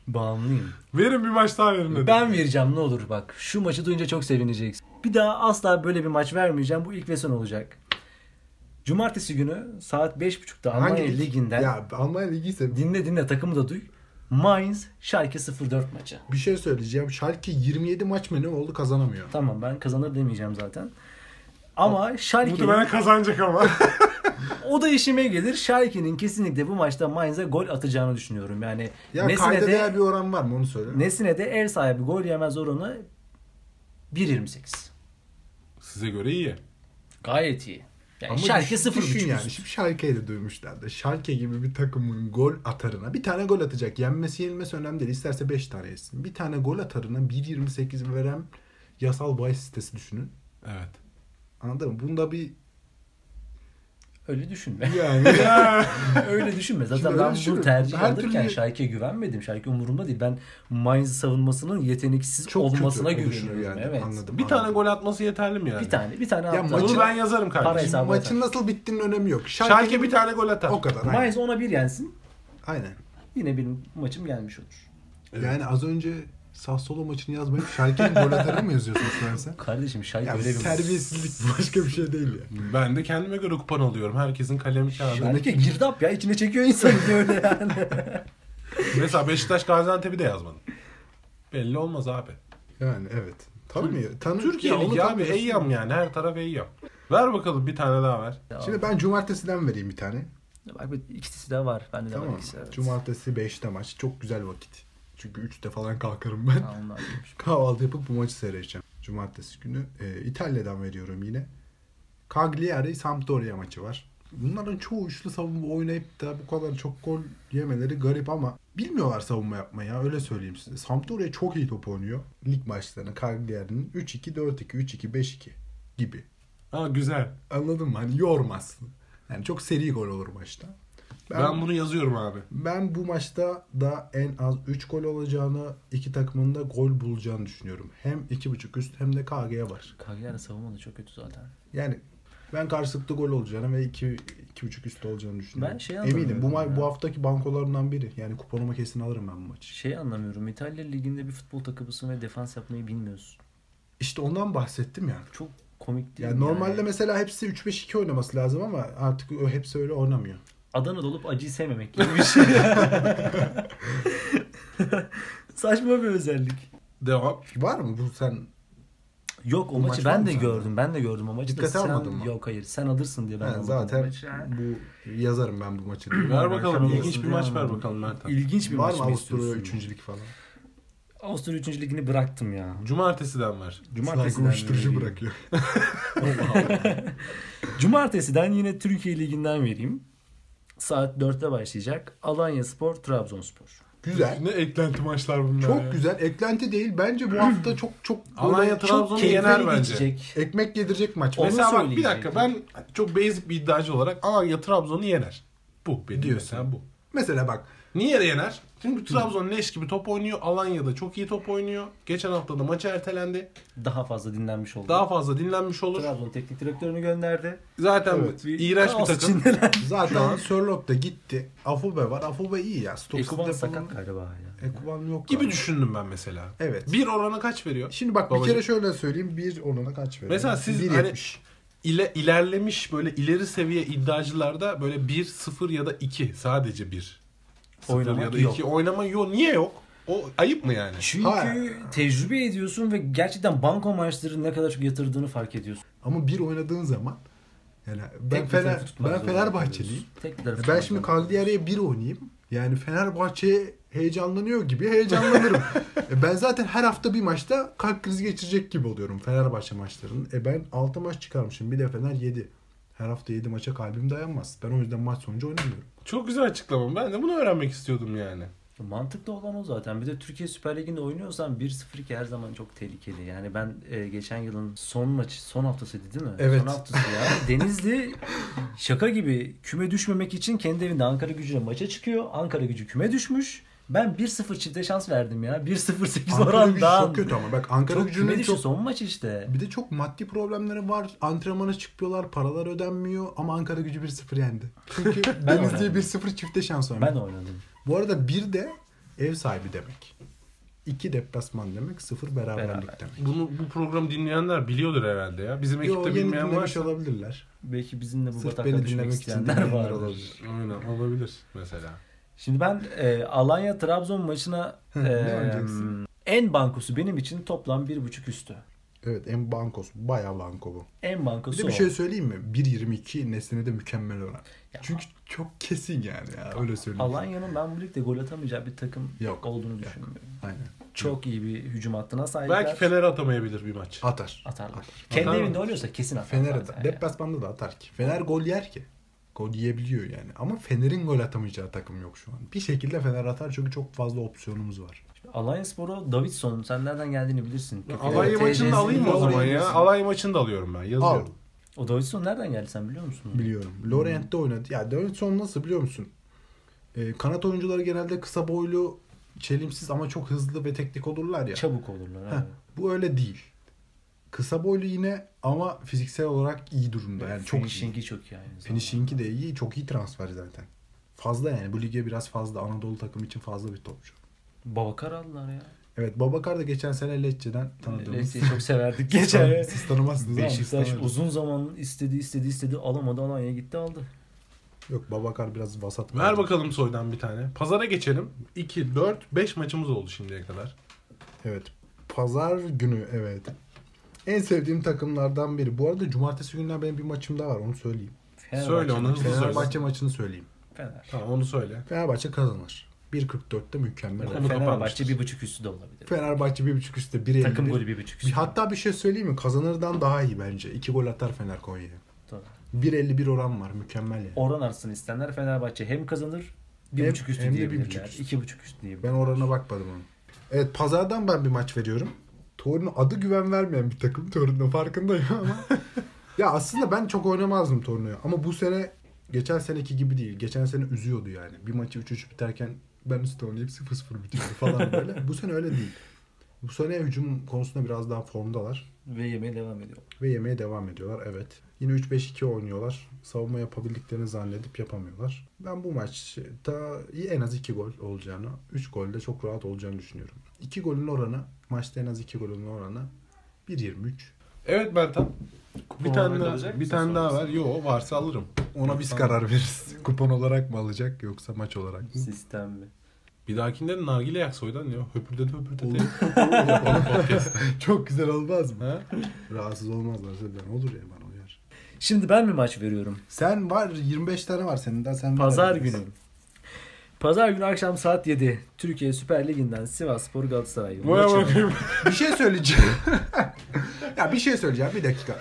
[SPEAKER 5] Bağımlıyım.
[SPEAKER 2] Verin bir maç daha verin dedi.
[SPEAKER 5] Ben vereceğim ne olur bak. Şu maçı duyunca çok sevineceksin. Bir daha asla böyle bir maç vermeyeceğim. Bu ilk ve son olacak. Cumartesi günü saat 5.30'da
[SPEAKER 4] Hangi
[SPEAKER 5] Almanya
[SPEAKER 4] lig?
[SPEAKER 5] Ligi'nden
[SPEAKER 4] Ya Almanya Ligi ise
[SPEAKER 5] dinle dinle takımı da duy. Mainz Schalke 04 maçı.
[SPEAKER 4] bir şey söyleyeceğim. Schalke 27 maç mı ne oldu kazanamıyor.
[SPEAKER 5] Tamam ben kazanır demeyeceğim zaten. Ama Schalke'nin
[SPEAKER 4] Muhtemelen kazanacak ama.
[SPEAKER 5] o da işime gelir. Schalke'nin kesinlikle bu maçta Mainz'a gol atacağını düşünüyorum. Yani
[SPEAKER 4] ya
[SPEAKER 5] Nesine
[SPEAKER 4] kayda değer
[SPEAKER 5] de,
[SPEAKER 4] bir oran var mı onu söyle.
[SPEAKER 5] Nesine de ev sahibi gol yemez oranı 1.28.
[SPEAKER 2] Size göre iyi.
[SPEAKER 5] Gayet iyi. Yani
[SPEAKER 4] Ama
[SPEAKER 5] Schalke
[SPEAKER 4] düşün-
[SPEAKER 5] 0.5
[SPEAKER 4] düşün
[SPEAKER 5] üstü.
[SPEAKER 4] yani. Şimdi Schalke'yi de duymuşlardı. Schalke gibi bir takımın gol atarına bir tane gol atacak. Yenmesi yenilmesi önemli değil. İsterse 5 tane yesin. Bir tane gol atarına 1.28 veren yasal bahis sitesi düşünün.
[SPEAKER 2] Evet.
[SPEAKER 4] Anladın mı? Bunda bir
[SPEAKER 5] Öyle düşünme.
[SPEAKER 4] yani
[SPEAKER 5] [LAUGHS] öyle düşünme. Zaten
[SPEAKER 4] Şimdi öyle
[SPEAKER 5] ben bu
[SPEAKER 4] düşünüyorum.
[SPEAKER 5] tercih
[SPEAKER 4] Her
[SPEAKER 5] alırken
[SPEAKER 4] türlü-
[SPEAKER 5] Schalke'ye güvenmedim. Schalke umurumda değil. Ben Mainz savunmasının yeteneksiz
[SPEAKER 4] [LAUGHS] çok
[SPEAKER 5] olmasına
[SPEAKER 4] kötü
[SPEAKER 5] güveniyorum.
[SPEAKER 4] oluşuyor yani.
[SPEAKER 5] Evet.
[SPEAKER 4] Anladım.
[SPEAKER 2] Bir tane
[SPEAKER 4] anladım.
[SPEAKER 2] gol atması yeterli mi yani?
[SPEAKER 5] Bir tane, bir tane
[SPEAKER 4] Ya
[SPEAKER 5] attı.
[SPEAKER 2] Bunu
[SPEAKER 4] maçı-
[SPEAKER 2] ben yazarım
[SPEAKER 5] Para
[SPEAKER 2] kardeşim.
[SPEAKER 5] hesabı
[SPEAKER 4] Maçın nasıl bittiğinin önemi yok. Schalke,
[SPEAKER 2] Şalke bir tane gol atar.
[SPEAKER 4] o kadar. Aynen.
[SPEAKER 5] Mainz ona bir yensin.
[SPEAKER 4] aynen.
[SPEAKER 5] Yine benim maçım gelmiş olur.
[SPEAKER 4] Yani az önce Sassuolo maçını yazmayıp Schalke'nin gol atarına mı yazıyorsun
[SPEAKER 2] [LAUGHS]
[SPEAKER 4] sen sen?
[SPEAKER 5] Kardeşim Schalke
[SPEAKER 4] Ya
[SPEAKER 5] öyle bir...
[SPEAKER 4] terbiyesizlik başka bir şey değil ya.
[SPEAKER 2] Ben de kendime göre kupon alıyorum. Herkesin kalemi kağıdı.
[SPEAKER 5] Schalke girdap ya. içine çekiyor insanı [LAUGHS] böyle yani.
[SPEAKER 2] Mesela Beşiktaş Gaziantep'i de yazmadım. Belli olmaz abi.
[SPEAKER 4] Yani evet. Tanımıyor. Tanı
[SPEAKER 2] Türkiye
[SPEAKER 4] Ya onu
[SPEAKER 2] Ligi abi
[SPEAKER 4] tanımıyorsun.
[SPEAKER 2] Eyyam yani. Her taraf Eyyam. Ver bakalım bir tane daha ver.
[SPEAKER 4] Şimdi ben cumartesiden vereyim bir tane.
[SPEAKER 5] Bak bir ikisi de var. Bende de
[SPEAKER 4] Tamam.
[SPEAKER 5] var
[SPEAKER 4] mı?
[SPEAKER 5] ikisi. Evet.
[SPEAKER 4] Cumartesi 5'te maç. Çok güzel vakit. Çünkü 3'te falan kalkarım ben.
[SPEAKER 5] Ha, onlar iyiymiş.
[SPEAKER 4] Kahvaltı yapıp bu maçı seyredeceğim. Cumartesi günü e, İtalya'dan veriyorum yine. Cagliari Sampdoria maçı var. Bunların çoğu üçlü savunma oynayıp da bu kadar çok gol yemeleri garip ama bilmiyorlar savunma yapmayı ya öyle söyleyeyim size. Sampdoria çok iyi top oynuyor. Lig maçlarını Cagliari'nin 3-2, 4-2, 3-2, 5-2 gibi.
[SPEAKER 2] Ha güzel.
[SPEAKER 4] Anladın mı? Hani yormaz. Yani çok seri gol olur maçta.
[SPEAKER 2] Ben, bunu yazıyorum abi.
[SPEAKER 4] Ben bu maçta da en az 3 gol olacağını, iki takımın da gol bulacağını düşünüyorum. Hem 2.5 üst hem de KG'ye var.
[SPEAKER 5] Cagliari savunma da çok kötü zaten.
[SPEAKER 4] Yani ben karşılıklı gol olacağını ve 2 2.5 üst olacağını düşünüyorum.
[SPEAKER 5] Ben şey
[SPEAKER 4] Eminim bu
[SPEAKER 5] anlamıyorum
[SPEAKER 4] ma-
[SPEAKER 5] ya.
[SPEAKER 4] bu haftaki bankolarından biri. Yani kuponuma kesin alırım ben bu maçı.
[SPEAKER 5] Şey anlamıyorum. İtalya Ligi'nde bir futbol takımısın ve defans yapmayı bilmiyorsun.
[SPEAKER 4] İşte ondan bahsettim ya.
[SPEAKER 5] Çok komik değil
[SPEAKER 4] Yani
[SPEAKER 5] mi
[SPEAKER 4] normalde
[SPEAKER 5] yani?
[SPEAKER 4] mesela hepsi 3-5-2 oynaması lazım ama artık o hepsi öyle oynamıyor.
[SPEAKER 5] Adana'da olup acıyı sevmemek gibi bir
[SPEAKER 4] [LAUGHS]
[SPEAKER 5] şey. Saçma bir özellik.
[SPEAKER 2] Devam.
[SPEAKER 4] Var mı bu sen?
[SPEAKER 5] Yok o,
[SPEAKER 4] O
[SPEAKER 5] maçı
[SPEAKER 4] maç var
[SPEAKER 5] ben
[SPEAKER 4] mı
[SPEAKER 5] de
[SPEAKER 4] sende?
[SPEAKER 5] gördüm. Ben de gördüm o maçı. da
[SPEAKER 4] Dikkate
[SPEAKER 5] sen-
[SPEAKER 4] almadın mı?
[SPEAKER 5] Yok hayır. Sen alırsın diye ben
[SPEAKER 4] Ben
[SPEAKER 5] almadım o
[SPEAKER 4] zaten
[SPEAKER 5] maçı.
[SPEAKER 4] bu yazarım ben bu maçı. diye.
[SPEAKER 2] Ver
[SPEAKER 5] sen
[SPEAKER 2] bakalım.
[SPEAKER 5] olsun
[SPEAKER 2] ilginç bir
[SPEAKER 5] diye
[SPEAKER 2] maç ver
[SPEAKER 5] anladım.
[SPEAKER 2] bakalım Mert abi.
[SPEAKER 5] İlginç bir
[SPEAKER 4] Var
[SPEAKER 5] maç
[SPEAKER 4] mı
[SPEAKER 5] mı
[SPEAKER 4] Avusturya
[SPEAKER 5] istiyorsun?
[SPEAKER 4] 3. lig falan?
[SPEAKER 5] Avusturya 3. ligini bıraktım ya.
[SPEAKER 2] Cumartesiden ver.
[SPEAKER 4] Cumartesi
[SPEAKER 5] Cumartesiden,
[SPEAKER 4] uyuşturucu
[SPEAKER 5] vereyim.
[SPEAKER 2] [LAUGHS]
[SPEAKER 4] bırakıyor.
[SPEAKER 5] Cumartesiden yine Türkiye Ligi'nden vereyim. Saat 4'te başlayacak. Alanya Spor, Trabzonspor.
[SPEAKER 4] Güzel.
[SPEAKER 2] Ne eklenti maçlar bunlar
[SPEAKER 4] Çok
[SPEAKER 2] ya.
[SPEAKER 4] güzel. Eklenti değil. Bence bu
[SPEAKER 2] [CLEARS THROAT]
[SPEAKER 4] hafta çok çok
[SPEAKER 2] Alanya
[SPEAKER 4] böyle
[SPEAKER 2] Trabzon'u
[SPEAKER 5] Keyifli
[SPEAKER 2] yener bence.
[SPEAKER 5] geçecek.
[SPEAKER 4] ekmek yedirecek maç.
[SPEAKER 5] Onu
[SPEAKER 2] Mesela bak bir
[SPEAKER 5] söyleyecektim.
[SPEAKER 2] dakika ben çok basic bir iddiacı olarak Alanya Trabzon'u yener. Bu benim
[SPEAKER 4] Diyorsun.
[SPEAKER 2] mesela bu.
[SPEAKER 4] Mesela bak
[SPEAKER 2] Niye de yener? Çünkü Trabzon leş gibi top oynuyor. Alanya'da çok iyi top oynuyor. Geçen hafta da maçı ertelendi.
[SPEAKER 5] Daha fazla dinlenmiş oldu.
[SPEAKER 2] Daha fazla dinlenmiş olur.
[SPEAKER 5] Trabzon teknik direktörünü gönderdi.
[SPEAKER 2] Zaten
[SPEAKER 4] Evet.
[SPEAKER 2] iğrenç bir
[SPEAKER 5] Kaos
[SPEAKER 2] takım.
[SPEAKER 5] içindeler.
[SPEAKER 4] zaten Sörlot da gitti. Afube var. Afube iyi ya. Stokes'te
[SPEAKER 5] Ekuban
[SPEAKER 4] falan-
[SPEAKER 5] sakat galiba hala.
[SPEAKER 4] Ekuban yok.
[SPEAKER 2] gibi
[SPEAKER 4] abi.
[SPEAKER 2] düşündüm ben mesela.
[SPEAKER 4] Evet.
[SPEAKER 2] Bir orana kaç veriyor?
[SPEAKER 4] Şimdi bak bir
[SPEAKER 2] Babacım.
[SPEAKER 4] kere şöyle söyleyeyim. Bir onuna kaç veriyor?
[SPEAKER 2] Mesela siz
[SPEAKER 4] Bir
[SPEAKER 2] hani
[SPEAKER 4] yetmiş.
[SPEAKER 2] ile, ilerlemiş böyle ileri seviye iddiacılarda böyle 1 0 ya da 2 sadece 1. 0
[SPEAKER 5] Oynamak
[SPEAKER 2] ya da
[SPEAKER 5] yok.
[SPEAKER 2] 2 oynama yok. Niye yok? O ayıp mı yani?
[SPEAKER 5] Çünkü
[SPEAKER 4] Ha.
[SPEAKER 5] tecrübe ediyorsun ve gerçekten banko maçları ne kadar çok yatırdığını fark ediyorsun.
[SPEAKER 4] Ama bir oynadığın zaman yani ben,
[SPEAKER 5] bir tarafı
[SPEAKER 4] Fener,
[SPEAKER 5] tutmak
[SPEAKER 4] ben
[SPEAKER 5] zorunda
[SPEAKER 4] Fenerbahçeliyim.
[SPEAKER 5] kalıyorsun. Tek bir tarafı
[SPEAKER 4] E Ben
[SPEAKER 5] tutmak
[SPEAKER 4] şimdi
[SPEAKER 5] zorunda kalıyorsun.
[SPEAKER 4] Cagliari'ye bir oynayayım. Yani Fenerbahçe'ye heyecanlanıyor gibi
[SPEAKER 5] [LAUGHS]
[SPEAKER 4] heyecanlanırım. E ben zaten her hafta bir maçta kalp krizi geçirecek gibi oluyorum Fenerbahçe maçlarının. E ben 6 maç çıkarmışım. Bir de Fener 7. Her hafta 7 maça kalbim dayanmaz. Ben o yüzden maç sonucu oynamıyorum.
[SPEAKER 2] Çok güzel açıklama. Ben de bunu öğrenmek istiyordum yani.
[SPEAKER 5] Mantıklı olan o zaten. Bir de Türkiye Süper Ligi'nde oynuyorsan 1-0-2 her zaman çok tehlikeli. Yani ben e, geçen yılın son maçı, son haftasıydı değil mi?
[SPEAKER 4] Evet.
[SPEAKER 5] Son haftası
[SPEAKER 4] [LAUGHS]
[SPEAKER 5] ya. Denizli şaka gibi küme düşmemek için kendi evinde Ankara gücüyle maça çıkıyor. Ankara gücü küme düşmüş. Ben 1-0 çifte şans verdim ya. 1-0-8
[SPEAKER 4] Ankara gücü
[SPEAKER 5] orandan.
[SPEAKER 4] çok kötü ama. Bak Ankara
[SPEAKER 5] Çok küme
[SPEAKER 4] gücünün
[SPEAKER 5] düştü
[SPEAKER 4] çok...
[SPEAKER 5] son maç işte.
[SPEAKER 4] Bir de çok maddi problemleri var. Antrenmana çıkmıyorlar. Paralar ödenmiyor. Ama Ankara gücü 1-0 yendi.
[SPEAKER 5] [LAUGHS]
[SPEAKER 4] Çünkü Denizli'ye
[SPEAKER 5] oynadım.
[SPEAKER 4] 1-0 çifte şans oynadı.
[SPEAKER 5] Ben oynadım.
[SPEAKER 4] Bu arada bir de ev sahibi demek. 2 deplasman demek 0 beraberlik
[SPEAKER 5] Beraber.
[SPEAKER 4] demek.
[SPEAKER 2] Bunu bu programı dinleyenler biliyordur herhalde ya. Bizim
[SPEAKER 4] Yo,
[SPEAKER 2] ekipte
[SPEAKER 4] yeni
[SPEAKER 2] bilmeyen
[SPEAKER 4] dinlemiş
[SPEAKER 2] varsa
[SPEAKER 4] olabilirler.
[SPEAKER 5] Belki bizimle bu
[SPEAKER 4] Sırf
[SPEAKER 5] batakta
[SPEAKER 4] beni
[SPEAKER 5] düşmek
[SPEAKER 4] dinlemek için
[SPEAKER 5] isteyenler
[SPEAKER 4] dinleyenler
[SPEAKER 5] vardır.
[SPEAKER 4] olabilir.
[SPEAKER 2] Aynen olabilir mesela.
[SPEAKER 5] Şimdi ben e, Alanya Trabzon maçına
[SPEAKER 4] Hı, [LAUGHS] ne
[SPEAKER 5] e,
[SPEAKER 4] oynayacaksın?
[SPEAKER 5] en bankosu benim için toplam bir buçuk üstü.
[SPEAKER 4] Evet en bankosu. Bayağı banko bu.
[SPEAKER 5] En
[SPEAKER 4] Bir
[SPEAKER 5] bankosu
[SPEAKER 4] de
[SPEAKER 5] o.
[SPEAKER 4] bir şey söyleyeyim mi? 1.22 nesline de mükemmel oran.
[SPEAKER 5] Ya.
[SPEAKER 4] Çünkü çok kesin yani ya. Öyle söyleyeyim.
[SPEAKER 5] Alanya'nın ben bu ligde gol atamayacağı bir takım
[SPEAKER 4] Yok,
[SPEAKER 5] olduğunu
[SPEAKER 4] yok.
[SPEAKER 5] düşünmüyorum.
[SPEAKER 4] Aynen.
[SPEAKER 5] Çok iyi bir hücum hattına sahipler.
[SPEAKER 2] Belki Fener atamayabilir bir maç.
[SPEAKER 4] Atar.
[SPEAKER 5] atarlar.
[SPEAKER 2] Atar
[SPEAKER 5] Kendi
[SPEAKER 2] mı?
[SPEAKER 5] evinde oynuyorsa kesin atarlar.
[SPEAKER 4] Fener
[SPEAKER 5] zaten
[SPEAKER 4] atar.
[SPEAKER 5] yani.
[SPEAKER 4] Deplasmanda da atar ki. Fener gol yer ki. Gol yiyebiliyor yani. Ama Fener'in gol atamayacağı takım yok şu an. Bir şekilde Fener atar çünkü çok fazla opsiyonumuz var.
[SPEAKER 5] Alanya Sporu Davidson sen nereden geldiğini bilirsin.
[SPEAKER 2] Alanya
[SPEAKER 5] Evet,
[SPEAKER 2] maçını da
[SPEAKER 5] TC'sini
[SPEAKER 2] alayım mı o
[SPEAKER 5] oraya
[SPEAKER 2] zaman ya?
[SPEAKER 5] biliyorsun.
[SPEAKER 2] Alanya maçını da alıyorum ben.
[SPEAKER 4] Al.
[SPEAKER 2] Yazıyorum.
[SPEAKER 5] O Davidson nereden geldi sen biliyor musun?
[SPEAKER 4] Biliyorum. Laurent'te oynadı. Ya Davidson nasıl biliyor musun? Ee, kanat oyuncuları genelde kısa boylu, çelimsiz ama çok hızlı ve teknik olurlar ya.
[SPEAKER 5] Çabuk olurlar.
[SPEAKER 4] Heh,
[SPEAKER 5] abi.
[SPEAKER 4] bu öyle değil. Kısa boylu yine ama fiziksel olarak iyi durumda. Yani çok iyi.
[SPEAKER 5] Finishing'i çok iyi aynı zamanda.
[SPEAKER 4] Finishing'i de iyi. Çok iyi transfer zaten. Fazla yani. Bu lige biraz fazla. Anadolu takım için fazla bir topçu.
[SPEAKER 5] Babakar aldılar ya.
[SPEAKER 4] Evet Babakar da geçen sene Lecce'den tanıdığımız.
[SPEAKER 5] Leipzig'i çok
[SPEAKER 4] [LAUGHS]
[SPEAKER 5] severdik geçen.
[SPEAKER 4] Siz tanımazsınız ama biz
[SPEAKER 5] Beşiktaş
[SPEAKER 4] tanırız.
[SPEAKER 5] uzun zaman istedi istedi istedi alamadı Alanya gitti aldı.
[SPEAKER 4] Yok Babakar biraz vasat.
[SPEAKER 2] Ver bakalım soydan bir tane. Pazara geçelim. 2, 4, 5 maçımız oldu şimdiye kadar.
[SPEAKER 4] Evet. Pazar günü evet. En sevdiğim takımlardan biri. Bu arada cumartesi günler benim bir maçım daha var onu söyleyeyim.
[SPEAKER 5] Fenerbahçe
[SPEAKER 2] Söyle onu hızlı söyle.
[SPEAKER 4] Fenerbahçe maçını söyleyeyim.
[SPEAKER 5] Fener.
[SPEAKER 2] Tamam onu söyle.
[SPEAKER 4] Fenerbahçe kazanır. 1.44'te mükemmel.
[SPEAKER 2] Onu
[SPEAKER 4] olur.
[SPEAKER 5] Fenerbahçe
[SPEAKER 2] kapanmıştır.
[SPEAKER 5] bir buçuk üstü de olabilir.
[SPEAKER 4] Fenerbahçe 1.5 üstte 1.51.
[SPEAKER 5] Takım golü bir buçuk
[SPEAKER 4] Bir-
[SPEAKER 5] üstü.
[SPEAKER 4] Hatta bir şey söyleyeyim mi? Kazanırdan daha iyi bence. 2 gol atar Fener Konya'ya.
[SPEAKER 5] Doğru.
[SPEAKER 4] 1.51 oran var. Mükemmel yani.
[SPEAKER 5] Oran artsın istenler Fenerbahçe hem kazanır bir
[SPEAKER 4] Hem-
[SPEAKER 5] buçuk üstü
[SPEAKER 4] hem de bir
[SPEAKER 5] diyebilirler.
[SPEAKER 4] buçuk üstü.
[SPEAKER 5] İki buçuk üstü diyebilirler.
[SPEAKER 4] Ben orana bakmadım onun. Evet pazardan ben bir maç veriyorum. Torino adı güven vermeyen bir takım Torino farkındayım ama. ya aslında ben çok oynamazdım Torino'ya ama bu sene geçen seneki gibi değil. Geçen sene üzüyordu yani. Bir maçı 3-3 biterken ben üstü oynayıp 0-0 bitiyordu falan böyle. bu sene öyle değil. Bu sene hücum konusunda biraz daha formdalar
[SPEAKER 5] Ve yemeğe devam ediyor.
[SPEAKER 4] ve yemeye devam ediyorlar evet. Yine 3-5-2 oynuyorlar. Savunma yapabildiklerini zannedip yapamıyorlar. Ben bu maçta en az 2 gol olacağını, 3 gol de çok rahat olacağını düşünüyorum. 2 golün oranı, maçta en az 2 golün oranı 1.23.
[SPEAKER 2] Evet Bertan. Bir
[SPEAKER 5] Kupon
[SPEAKER 2] tane
[SPEAKER 5] olarak
[SPEAKER 2] daha,
[SPEAKER 5] alacak
[SPEAKER 2] bir
[SPEAKER 5] mısın
[SPEAKER 2] tane daha
[SPEAKER 5] sonrası?
[SPEAKER 2] ver. Yo varsa alırım.
[SPEAKER 4] Ona biz karar veririz. [LAUGHS] Kupon olarak mı alacak yoksa maç olarak mı?
[SPEAKER 5] Sistemli.
[SPEAKER 2] Bir dahakinde de nargile yak soydan ya. Höpürdete höpürdete.
[SPEAKER 4] Olur.
[SPEAKER 2] Yapalım podcast.
[SPEAKER 4] [LAUGHS] çok güzel olmaz mı?
[SPEAKER 2] Ha?
[SPEAKER 4] Rahatsız olmazlarsa ben olur ya bana uyar.
[SPEAKER 5] Şimdi ben mi maç veriyorum?
[SPEAKER 4] Sen var 25 tane var senin daha sen
[SPEAKER 5] Pazar
[SPEAKER 4] ver.
[SPEAKER 5] günü. Pazar günü akşam saat 7. Türkiye Süper Ligi'nden Sivas Spor Galatasaray. yoluna
[SPEAKER 2] Boya
[SPEAKER 5] çıkıyor.
[SPEAKER 2] bakayım.
[SPEAKER 4] Bir şey söyleyeceğim. [LAUGHS] ya bir şey söyleyeceğim bir dakika.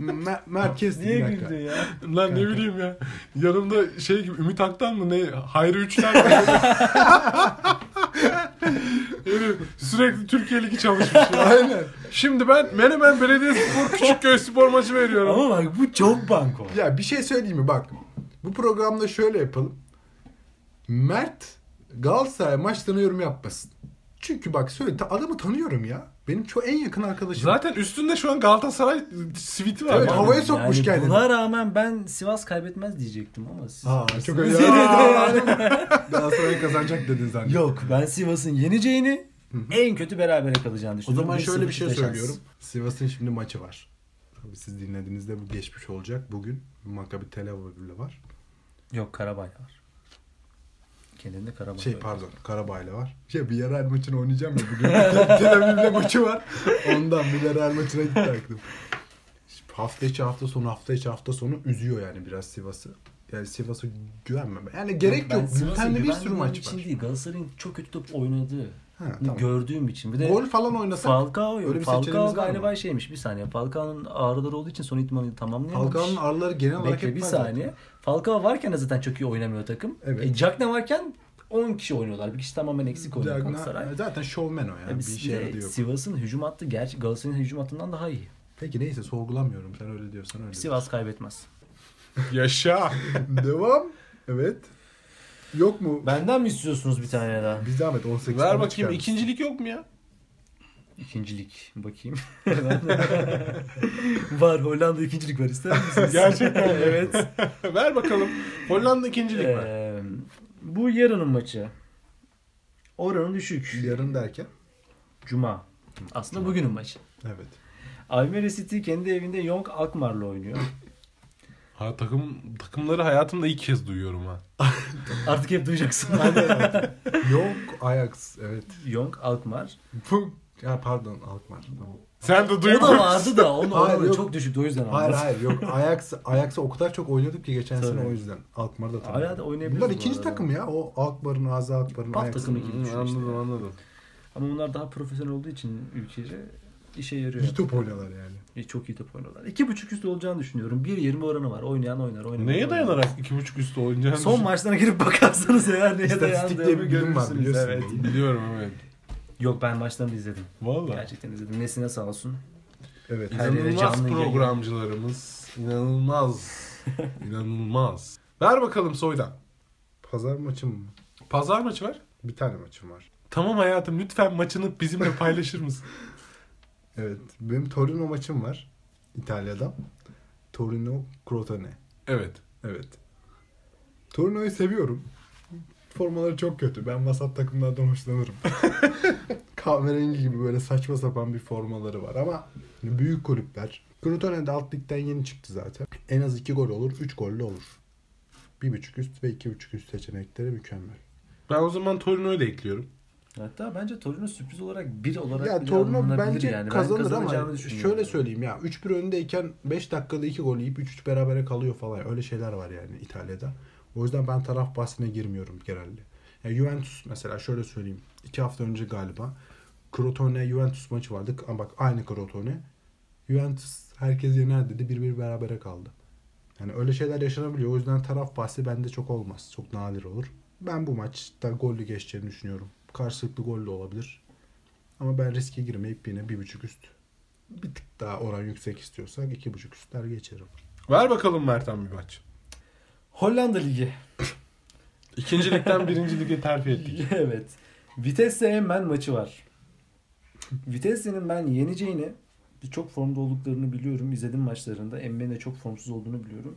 [SPEAKER 4] Me- merkez
[SPEAKER 5] Niye
[SPEAKER 4] bir dakika.
[SPEAKER 5] güldün ya?
[SPEAKER 2] Lan ne bileyim ya. Yanımda şey gibi Ümit Aktan mı ne? Hayri Üçten mi? [LAUGHS] Yani sürekli Türkiye Ligi çalışmış ya.
[SPEAKER 4] Aynen.
[SPEAKER 2] Şimdi ben Menemen Belediyespor Küçükköy Spor maçı veriyorum.
[SPEAKER 5] Ama bak bu çok banko.
[SPEAKER 4] Ya bir şey söyleyeyim mi bak. Bu programda şöyle yapalım. Mert Galatasaray maçlarına yorum yapmasın. Çünkü bak söyle ta- adamı tanıyorum ya. Benim çok en yakın arkadaşım.
[SPEAKER 2] Zaten üstünde şu an Galatasaray siviti var.
[SPEAKER 4] Evet,
[SPEAKER 2] Yani.
[SPEAKER 4] havaya sokmuş kendini.
[SPEAKER 5] Buna rağmen ben Sivas kaybetmez diyecektim ama siz...
[SPEAKER 4] Aa, çok
[SPEAKER 5] siz-
[SPEAKER 4] öyle. Aa, Galatasaray kazanacak dedin zaten.
[SPEAKER 5] Yok ben Sivas'ın yeneceğini en kötü berabere kalacağını
[SPEAKER 4] O
[SPEAKER 5] düşünüyorum.
[SPEAKER 4] zaman şöyle bir şey
[SPEAKER 5] 1-0 şans.
[SPEAKER 4] söylüyorum. Sivas'ın şimdi maçı var. Tabii siz dinlediğinizde bu geçmiş olacak. Bugün Maccabi Tel Aviv'le var.
[SPEAKER 5] Yok Karabay var. Kendinde Karabay
[SPEAKER 4] Şey
[SPEAKER 5] var.
[SPEAKER 4] pardon Karabay'la var. Ya bir yerel maçını oynayacağım ya bugün. [LAUGHS] Tel Aviv'le maçı var. Ondan bir yerel maçına gitti aklım. Şimdi Hafta içi hafta sonu hafta içi hafta sonu üzüyor yani biraz Sivas'ı. Yani Sivas'a güvenmem. Yani gerek
[SPEAKER 5] Ben
[SPEAKER 4] yok.
[SPEAKER 5] Sivas'a
[SPEAKER 4] Bülten'de bir sürü
[SPEAKER 5] güvendiğim
[SPEAKER 4] maç
[SPEAKER 5] için
[SPEAKER 4] var.
[SPEAKER 5] değil Galatasaray'ın çok kötü top oynadığı
[SPEAKER 4] Ha, tamam.
[SPEAKER 5] gördüğüm için. Bir de
[SPEAKER 4] Gol falan oynasak
[SPEAKER 5] Falcao
[SPEAKER 4] öyle
[SPEAKER 5] yok.
[SPEAKER 4] bir seçeneğimiz
[SPEAKER 5] Falcao
[SPEAKER 4] var mı?
[SPEAKER 5] galiba şey şeymiş. Bir saniye. Falcao'nun ağrıları olduğu için son itmanı tamamlayamamış.
[SPEAKER 4] Halkanın ağrıları genel olarak
[SPEAKER 5] Bekle bir
[SPEAKER 4] etmez zaten.
[SPEAKER 5] saniye. Falcao varken de zaten çok iyi oynamıyor takım.
[SPEAKER 4] Evet.
[SPEAKER 5] E, Jackna varken 10 kişi oynuyorlar. Bir kişi tamamen eksik oynuyor
[SPEAKER 4] Diagonal-
[SPEAKER 5] Galatasaray.
[SPEAKER 4] Zaten şovmen o yani.
[SPEAKER 5] E,
[SPEAKER 4] bir işe
[SPEAKER 5] bir de
[SPEAKER 4] yaradı yok.
[SPEAKER 5] Sivas'ın hücum hattı gerçi Galatasaray'ın hücum hattından daha iyi.
[SPEAKER 4] Peki neyse sorgulamıyorum. Sen öyle diyorsan öyle.
[SPEAKER 5] Sivas kaybetmez.
[SPEAKER 2] Yaşa.
[SPEAKER 4] diyorsun. [LAUGHS] Devam. Evet. Yok mu?
[SPEAKER 5] Benden mi istiyorsunuz bir tane daha?
[SPEAKER 4] Biz devam et 18.
[SPEAKER 2] Ver
[SPEAKER 4] tane
[SPEAKER 2] bakayım
[SPEAKER 4] çıkarmış.
[SPEAKER 2] ikincilik yok mu ya?
[SPEAKER 5] İkincilik bakayım. [LAUGHS] var Hollanda ikincilik var ister
[SPEAKER 4] [LAUGHS]
[SPEAKER 2] [LAUGHS]
[SPEAKER 5] misiniz?
[SPEAKER 2] Gerçekten mi?
[SPEAKER 5] evet.
[SPEAKER 2] [LAUGHS] Ver bakalım. Hollanda ikincilik var.
[SPEAKER 5] Ee, bu yarının maçı. Oranı düşük.
[SPEAKER 4] Yarın derken.
[SPEAKER 5] Cuma. Aslında bugünün maçı.
[SPEAKER 4] Evet.
[SPEAKER 5] Almere City kendi evinde Young Alkmaar'la oynuyor.
[SPEAKER 2] Ha, takım takımları hayatımda ilk kez duyuyorum ha.
[SPEAKER 5] Artık hep duyacaksın.
[SPEAKER 4] [LAUGHS] Yok Ajax evet.
[SPEAKER 5] Young Alkmaar.
[SPEAKER 4] Bu ya pardon Alkmaar. Tamam.
[SPEAKER 2] Sen de
[SPEAKER 5] O
[SPEAKER 2] duymadın.
[SPEAKER 5] da
[SPEAKER 2] [LAUGHS]
[SPEAKER 5] vardı da onu,
[SPEAKER 4] Hayır,
[SPEAKER 5] onu
[SPEAKER 4] yok.
[SPEAKER 5] çok düşüktü o yüzden
[SPEAKER 4] Hayır
[SPEAKER 5] aldı. [LAUGHS]
[SPEAKER 4] hayır yok Ajax Ajax'a o kadar çok oynuyorduk ki geçen sene
[SPEAKER 5] Tabii.
[SPEAKER 4] o yüzden. Alkmaar da tabii.
[SPEAKER 5] Hala da oynayabiliriz
[SPEAKER 4] Bunlar
[SPEAKER 5] bu
[SPEAKER 4] ikinci
[SPEAKER 5] arada.
[SPEAKER 4] takım ya. O Alkmaar'ın, Aza Alkmaar'ın,
[SPEAKER 5] Paf takımı
[SPEAKER 4] Ajax'ın.
[SPEAKER 5] gibi düşün işte.
[SPEAKER 2] Anladım anladım.
[SPEAKER 5] Ama bunlar daha profesyonel olduğu için ülkece işe yarıyor.
[SPEAKER 4] İyi top oynuyorlar yani.
[SPEAKER 5] E, Çok iyi top oynuyorlar. 2.5 üstü olacağını düşünüyorum. 1.20 oranı var. Oynayan oynar. oynayan
[SPEAKER 2] Neye
[SPEAKER 5] oynar.
[SPEAKER 2] dayanarak iki buçuk üstü oynayacağını
[SPEAKER 5] Son maçlarına girip bakarsanız eğer neye
[SPEAKER 4] İstatistik diye
[SPEAKER 5] dayandığını
[SPEAKER 4] bir bilim var
[SPEAKER 5] görürsünüz.
[SPEAKER 4] biliyorsun.
[SPEAKER 5] Evet.
[SPEAKER 4] bunu.
[SPEAKER 2] Biliyorum evet.
[SPEAKER 5] Yok ben maçlarını izledim.
[SPEAKER 2] Valla.
[SPEAKER 5] Gerçekten izledim. Nesine sağ olsun.
[SPEAKER 4] Evet.
[SPEAKER 5] Her yere
[SPEAKER 2] İnanılmaz
[SPEAKER 5] canlı yayın.
[SPEAKER 2] programcılarımız.
[SPEAKER 5] [LAUGHS]
[SPEAKER 2] İnanılmaz. İnanılmaz. Ver bakalım soydan.
[SPEAKER 4] Pazar maçım mı?
[SPEAKER 2] Pazar maçı var.
[SPEAKER 4] Bir tane maçım var.
[SPEAKER 2] Tamam hayatım lütfen maçını bizimle paylaşır mısın?
[SPEAKER 4] Evet. Benim Torino maçım var. İtalya'da. Torino Crotone.
[SPEAKER 2] [LAUGHS] evet.
[SPEAKER 4] Evet. Torino'yu seviyorum. Formaları çok kötü. Ben vasat takımlardan hoşlanırım. Kahverengi gibi böyle saçma sapan bir formaları var ama hani büyük kulüpler. Crotone de alt ligden yeni çıktı zaten. En az 2 gol olur, 3 gollü olur. 1.5 üst ve 2.5 üst seçenekleri mükemmel.
[SPEAKER 2] Ben o zaman Torino'yu da ekliyorum.
[SPEAKER 5] Hatta bence Torino sürpriz olarak bir olarak
[SPEAKER 4] ya
[SPEAKER 5] bile
[SPEAKER 4] Torino
[SPEAKER 5] alınabilir
[SPEAKER 4] bence
[SPEAKER 5] yani. Ben
[SPEAKER 4] kazanır
[SPEAKER 5] kazanacağını
[SPEAKER 4] ama
[SPEAKER 5] düşünüyorum.
[SPEAKER 4] şöyle söyleyeyim ya 3-1 öndeyken 5 dakikada 2 gol yiyip 3-3 berabere kalıyor falan. Öyle şeyler var yani İtalya'da. O yüzden ben taraf bahsine girmiyorum genelde. Ya Juventus mesela şöyle söyleyeyim. 2 hafta önce galiba Crotone Juventus maçı vardı. Ama bak aynı Crotone. Juventus herkes yener dedi. 1-1 berabere kaldı. Yani öyle şeyler yaşanabiliyor. O yüzden taraf bahsi bende çok olmaz. Çok nadir olur. Ben bu maçta gollü geçeceğini düşünüyorum. Karşılıklı gollü olabilir. Ama ben riske girmeyip yine bir buçuk üst. Bir tık daha oran yüksek istiyorsak iki buçuk üstler geçerim.
[SPEAKER 2] Ver bakalım Mert'en bir maç.
[SPEAKER 5] Hollanda Ligi.
[SPEAKER 2] İkincilikten birinci lige terfi ettik.
[SPEAKER 5] [LAUGHS] evet. Vitesse men maçı var. Vitesse'nin ben yeneceğini çok formda olduklarını biliyorum. İzledim maçlarında. Emme'nin de çok formsuz olduğunu biliyorum.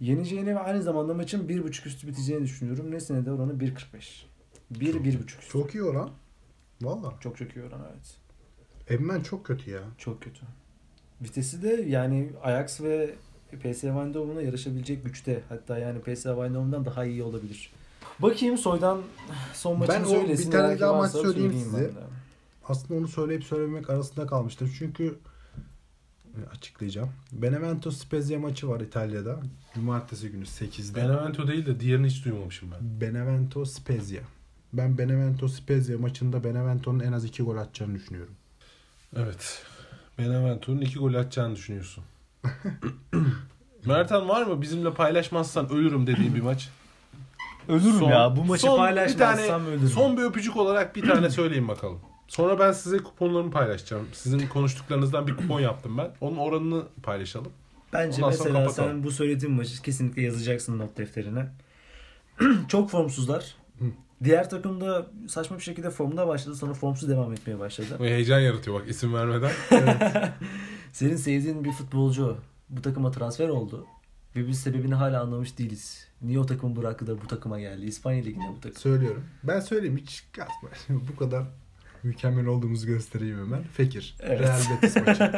[SPEAKER 5] Yeneceğini ve aynı zamanda maçın 1.5 üstü biteceğini düşünüyorum. Nesine de oranı 1.45. 1 1.5 üstü. Çok
[SPEAKER 4] Çok iyi oran. Valla.
[SPEAKER 5] çok çok iyi oran evet.
[SPEAKER 4] Emmen çok kötü ya.
[SPEAKER 5] Çok kötü. Vitesi de yani Ajax ve PSV Eindhoven'a yarışabilecek güçte. Hatta yani PSV Eindhoven'dan daha iyi olabilir. Bakayım soydan son maçını
[SPEAKER 4] Ben o-
[SPEAKER 5] söylesin.
[SPEAKER 4] bir tane
[SPEAKER 5] Belki
[SPEAKER 4] daha maç
[SPEAKER 5] varsa
[SPEAKER 4] söyleyeyim
[SPEAKER 5] söyleyeyim
[SPEAKER 4] size.
[SPEAKER 5] ben de.
[SPEAKER 4] Aslında onu söyleyip söylememek arasında kalmıştım. Çünkü E, açıklayacağım. Benevento Spezia maçı var İtalya'da. Cumartesi günü 8'de.
[SPEAKER 2] Benevento değil de diğerini hiç duymamışım ben.
[SPEAKER 4] Benevento Spezia. Ben Benevento Spezia maçında Benevento'nun en az iki gol atacağını düşünüyorum.
[SPEAKER 2] Evet. Benevento'nun iki gol atacağını düşünüyorsun. [LAUGHS] Mertan var mı? Bizimle paylaşmazsan ölürüm dediğin bir maç.
[SPEAKER 5] Ölürüm
[SPEAKER 2] Son-
[SPEAKER 5] ya. Bu maçı
[SPEAKER 2] son bir
[SPEAKER 5] paylaşmazsam
[SPEAKER 2] tane-
[SPEAKER 5] ölürüm.
[SPEAKER 2] Son bir öpücük olarak bir tane söyleyin bakalım. Sonra ben size kuponlarımı paylaşacağım. Sizin konuştuklarınızdan bir kupon yaptım ben. Onun oranını paylaşalım.
[SPEAKER 5] Bence
[SPEAKER 2] Ondan sonra
[SPEAKER 5] mesela
[SPEAKER 2] kapatalım.
[SPEAKER 5] sen bu söylediğin maçı kesinlikle yazacaksın not defterine. [CLEARS THROAT] Çok formsuzlar. Diğer takım da saçma bir şekilde formda başladı sonra formsuz devam etmeye başladı.
[SPEAKER 2] Ve heyecan yaratıyor bak isim vermeden.
[SPEAKER 5] [LAUGHS] Senin sevdiğin bir futbolcu bu takıma transfer oldu ve biz sebebini hala anlamış değiliz. Niye o takımı bıraktı da bu takıma geldi? İspanya Ligi'nde bu takım.
[SPEAKER 4] Söylüyorum. Ben söyleyeyim hiç kasma. [LAUGHS] Bu kadar mükemmel olduğumuzu göstereyim hemen. Fekir.
[SPEAKER 5] Evet.
[SPEAKER 4] Real Betis maçı.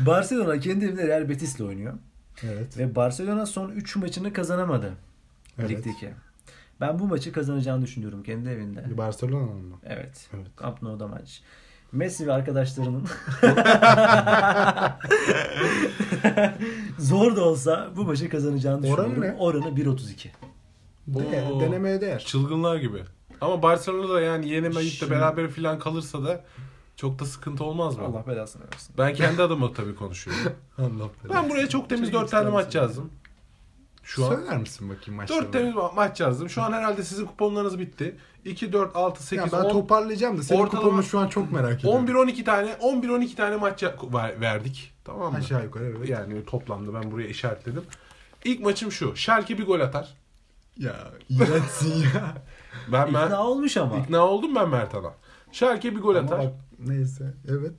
[SPEAKER 5] Barcelona kendi evinde Real Betis'le oynuyor.
[SPEAKER 4] Evet.
[SPEAKER 5] Ve Barcelona son 3 maçını kazanamadı
[SPEAKER 4] Evet.
[SPEAKER 5] ligdeki. Ben bu maçı kazanacağını düşünüyorum kendi evinde.
[SPEAKER 4] Barcelona'nın mı?
[SPEAKER 5] Evet.
[SPEAKER 4] Evet.
[SPEAKER 5] Camp Nou'da maç. Messi ve
[SPEAKER 4] [LAUGHS]
[SPEAKER 5] arkadaşlarının zor da olsa bu maçı kazanacağını
[SPEAKER 4] Oranı
[SPEAKER 5] düşünüyorum.
[SPEAKER 4] ne?
[SPEAKER 5] Oranı 1.32.
[SPEAKER 4] De-
[SPEAKER 2] Oo.
[SPEAKER 4] denemeye değer.
[SPEAKER 2] Çılgınlar gibi. Ama Barcelona da yani yenemeyip de
[SPEAKER 5] Şimdi-
[SPEAKER 2] beraber falan kalırsa da çok da sıkıntı olmaz mı?
[SPEAKER 5] Allah belasını versin.
[SPEAKER 2] Ben kendi adıma tabii konuşuyorum.
[SPEAKER 4] Allah
[SPEAKER 2] Ben buraya çok temiz dört tane maç yazdım. Şu an
[SPEAKER 4] Söyler misin bakayım maçları?
[SPEAKER 2] 4 temiz ma- maç yazdım. Şu an herhalde sizin kuponlarınız bitti. 2, 4, 6,
[SPEAKER 4] Ya
[SPEAKER 2] 8,
[SPEAKER 4] ben
[SPEAKER 2] 10,
[SPEAKER 4] toparlayacağım da senin
[SPEAKER 2] Ortalama-
[SPEAKER 4] kuponu şu an çok merak ediyorum.
[SPEAKER 2] 11, 12 tane 11, 12 tane maç ya- ver- verdik. Tamam mı?
[SPEAKER 4] Aşağı yukarı evet.
[SPEAKER 2] Yani toplamda ben buraya işaretledim. İlk maçım şu. Şerki bir gol atar.
[SPEAKER 4] Ya iğrençsin
[SPEAKER 2] [LAUGHS]
[SPEAKER 4] ya.
[SPEAKER 2] Ben, ben
[SPEAKER 5] İkna olmuş ama.
[SPEAKER 2] ikna oldum ben Mertan'a. Şerki bir gol
[SPEAKER 4] Ama
[SPEAKER 2] atar.
[SPEAKER 4] bak neyse evet.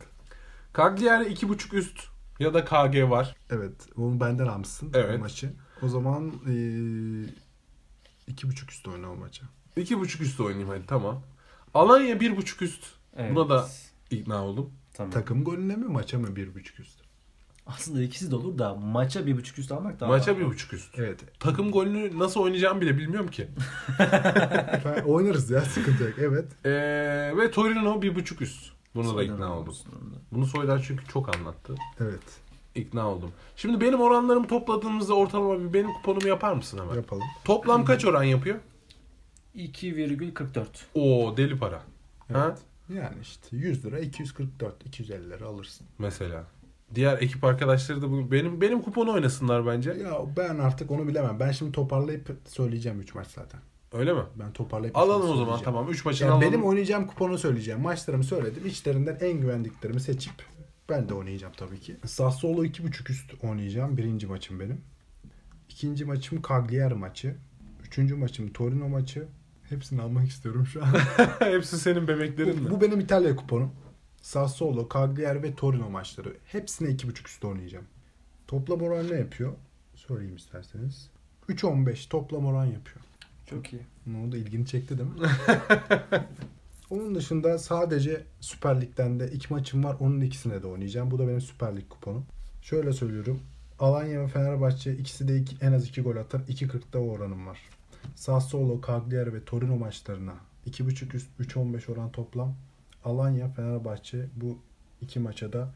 [SPEAKER 2] Cagliari 2.5 üst ya da KG var.
[SPEAKER 4] Evet onu benden almışsın
[SPEAKER 2] Evet.
[SPEAKER 4] bu maçı. O zaman eee iki buçuk üstü oyna o maçı.
[SPEAKER 2] 2.5 üst oynayayım hadi tamam. Alanya 1.5 üst.
[SPEAKER 5] Evet.
[SPEAKER 2] Buna da ikna oldum.
[SPEAKER 5] Tamam.
[SPEAKER 4] Takım golüne mi maça mı 1.5 üstü?
[SPEAKER 5] Aslında ikisi de olur da maça bir buçuk üstü almak daha
[SPEAKER 2] Maça bir buçuk üst.
[SPEAKER 4] Evet.
[SPEAKER 2] Takım golünü nasıl oynayacağım bile bilmiyorum ki.
[SPEAKER 4] Ben- Oynarız ya sıkıntı yok.
[SPEAKER 2] [LAUGHS]
[SPEAKER 4] Evet.
[SPEAKER 2] Ee, ve Torino bir buçuk üst. Buna da ikna oldum. Bunu Soylar çünkü çok anlattı.
[SPEAKER 4] Evet.
[SPEAKER 2] İkna oldum. Şimdi benim oranlarımı topladığımızda ortalama bir benim kuponumu yapar mısın hemen?
[SPEAKER 4] Yapalım.
[SPEAKER 2] Toplam kaç oran yapıyor?
[SPEAKER 5] 2,44.
[SPEAKER 2] Oo deli para. Ha?
[SPEAKER 4] Yani işte 100 lira 244 250 lira alırsın.
[SPEAKER 2] Mesela. Diğer ekip arkadaşları da bu benim benim kuponu oynasınlar bence.
[SPEAKER 4] Ya ben artık onu bilemem. Ben şimdi toparlayıp söyleyeceğim 3 maç zaten.
[SPEAKER 2] Öyle mi? [LAUGHS]
[SPEAKER 4] Ben toparlayıp
[SPEAKER 2] Alalım
[SPEAKER 4] sana
[SPEAKER 2] o zaman
[SPEAKER 4] söyleyeceğim.
[SPEAKER 2] tamam. 3 maçını
[SPEAKER 4] Yani
[SPEAKER 2] alalım.
[SPEAKER 4] benim oynayacağım kuponu söyleyeceğim. Maçlarımı söyledim. İçlerinden en güvendiklerimi seçip ben de oynayacağım tabii ki. Sassuolo 2.5 üst oynayacağım. Birinci maçım benim. İkinci maçım Cagliari maçı. Üçüncü maçım Torino maçı. Hepsini almak istiyorum şu an.
[SPEAKER 2] Hepsi senin bebeklerin mi?
[SPEAKER 4] Bu benim İtalya kuponum. Sassuolo, Cagliari ve Torino maçları. Hepsine 2.5 üstü oynayacağım. Toplam oran ne yapıyor? Söyleyeyim isterseniz. 3.15 toplam oran yapıyor.
[SPEAKER 5] Çok iyi.
[SPEAKER 4] Ne da ilgini çekti [LAUGHS] değil mi? Onun dışında sadece Süper Lig'den de iki maçım var. Onun ikisine de oynayacağım. Bu da benim Süper Lig kuponum. Şöyle söylüyorum. Alanya ve Fenerbahçe ikisi de iki- en az 2 gol atar. 2.40'da o oranım var. Sassuolo, Cagliari ve Torino maçlarına 2.5 üst 3.15 oran toplam. Alanya, Fenerbahçe bu iki maça da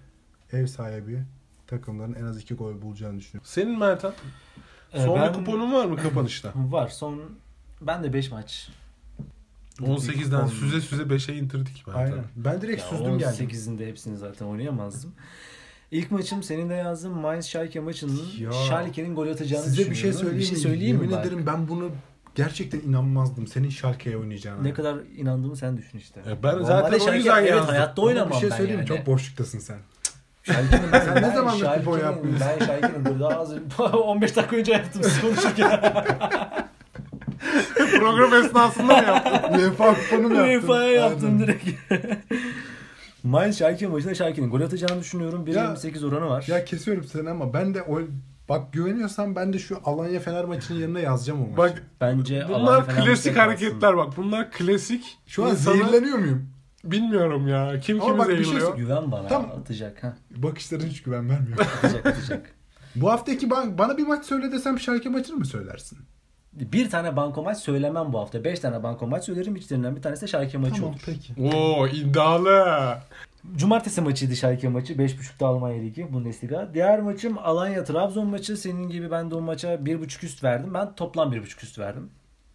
[SPEAKER 4] ev sahibi takımların en az 2 gol bulacağını düşünüyorum.
[SPEAKER 2] Senin Mertan.
[SPEAKER 5] Ee,
[SPEAKER 2] Son
[SPEAKER 5] ben-
[SPEAKER 2] bir kuponun var mı
[SPEAKER 5] [LAUGHS]
[SPEAKER 2] kapanışta?
[SPEAKER 5] Var son ben de 5 maç.
[SPEAKER 2] 18'den süze süze 5'e intirdik Mertan.
[SPEAKER 4] Aynen. Ben direkt
[SPEAKER 5] Ya
[SPEAKER 4] süzdüm geldim.
[SPEAKER 5] 18'inde hepsini zaten oynayamazdım. İlk maçım senin de yazdığın Mainz Schalke maçının
[SPEAKER 4] Ya.
[SPEAKER 5] Schalke'nin gol atacağını
[SPEAKER 4] Size bir şey
[SPEAKER 5] düşünüyorum.
[SPEAKER 4] söyleyeyim,
[SPEAKER 5] Bir şey söyleyeyim mi?
[SPEAKER 4] Yemin
[SPEAKER 5] bak?
[SPEAKER 4] ederim ben bunu gerçekten inanmazdım. Senin Schalke'ye oynayacağına.
[SPEAKER 5] Ne kadar inandığımı sen düşün işte.
[SPEAKER 2] E ben
[SPEAKER 5] Normalde
[SPEAKER 2] zaten o
[SPEAKER 5] Schalke-
[SPEAKER 2] yüzden
[SPEAKER 5] evet,
[SPEAKER 2] yazdım.
[SPEAKER 5] hayatta
[SPEAKER 4] Ama
[SPEAKER 5] oynamam
[SPEAKER 4] bir şey
[SPEAKER 5] ben
[SPEAKER 4] söyleyeyim mi?
[SPEAKER 5] yani.
[SPEAKER 4] Çok boşluktasın sen. [LAUGHS]
[SPEAKER 5] Schalke'nin ben,
[SPEAKER 4] Sen ne zamandır kupon
[SPEAKER 5] Schalke'nin-
[SPEAKER 4] yapmıyorsun?
[SPEAKER 5] Ben Schalke'nin burada az [LAUGHS] 15 dakika önce yaptım siz
[SPEAKER 4] [LAUGHS]
[SPEAKER 5] konuşurken.
[SPEAKER 4] Program esnasında mı yaptın? UEFA kuponu mu yaptın?
[SPEAKER 5] UEFA'ya yaptım
[SPEAKER 4] Aynen.
[SPEAKER 5] direkt. [LAUGHS] Mainz Schalke maçında Schalke'nin gol atacağını düşünüyorum.
[SPEAKER 4] Ya-
[SPEAKER 5] 1.28 oranı var.
[SPEAKER 4] Ya kesiyorum seni ama ben de o... Bak güveniyorsan ben de şu Alanya Fener maçının yanına yazacağım o
[SPEAKER 2] [LAUGHS]
[SPEAKER 4] maçı.
[SPEAKER 2] Bak
[SPEAKER 5] Bence Alanya
[SPEAKER 2] bunlar
[SPEAKER 5] falan
[SPEAKER 2] klasik
[SPEAKER 5] bir tek
[SPEAKER 2] hareketler bak. Bunlar klasik.
[SPEAKER 4] şu an
[SPEAKER 2] İnsana-
[SPEAKER 4] zehirleniyor muyum?
[SPEAKER 2] Bilmiyorum ya. Kim
[SPEAKER 4] Ama
[SPEAKER 2] kimi
[SPEAKER 4] bak bir şey
[SPEAKER 5] atsın.
[SPEAKER 2] zehirliyor?
[SPEAKER 5] Güven bana
[SPEAKER 4] Tamam.
[SPEAKER 5] atacak. Ha.
[SPEAKER 4] Bakışların hiç güven vermiyor.
[SPEAKER 5] Atacak atacak.
[SPEAKER 4] [LAUGHS] Bu haftaki ban- bana bir maç söyle desem Schalke maçını mı söylersin?
[SPEAKER 5] bir tane banko maç söylemem bu hafta. Beş tane banko maç söylerim. İçlerinden bir tanesi de Schalke maçı
[SPEAKER 4] Tamam
[SPEAKER 5] olur.
[SPEAKER 4] peki.
[SPEAKER 2] Oo iddialı.
[SPEAKER 5] Cumartesi maçıydı Schalke maçı. 5.30'da Almanya Ligi Bundesliga. Diğer maçım Alanya Trabzon maçı. Senin gibi ben de o maça 1.5 üst verdim. Ben toplam 1.5 üst verdim.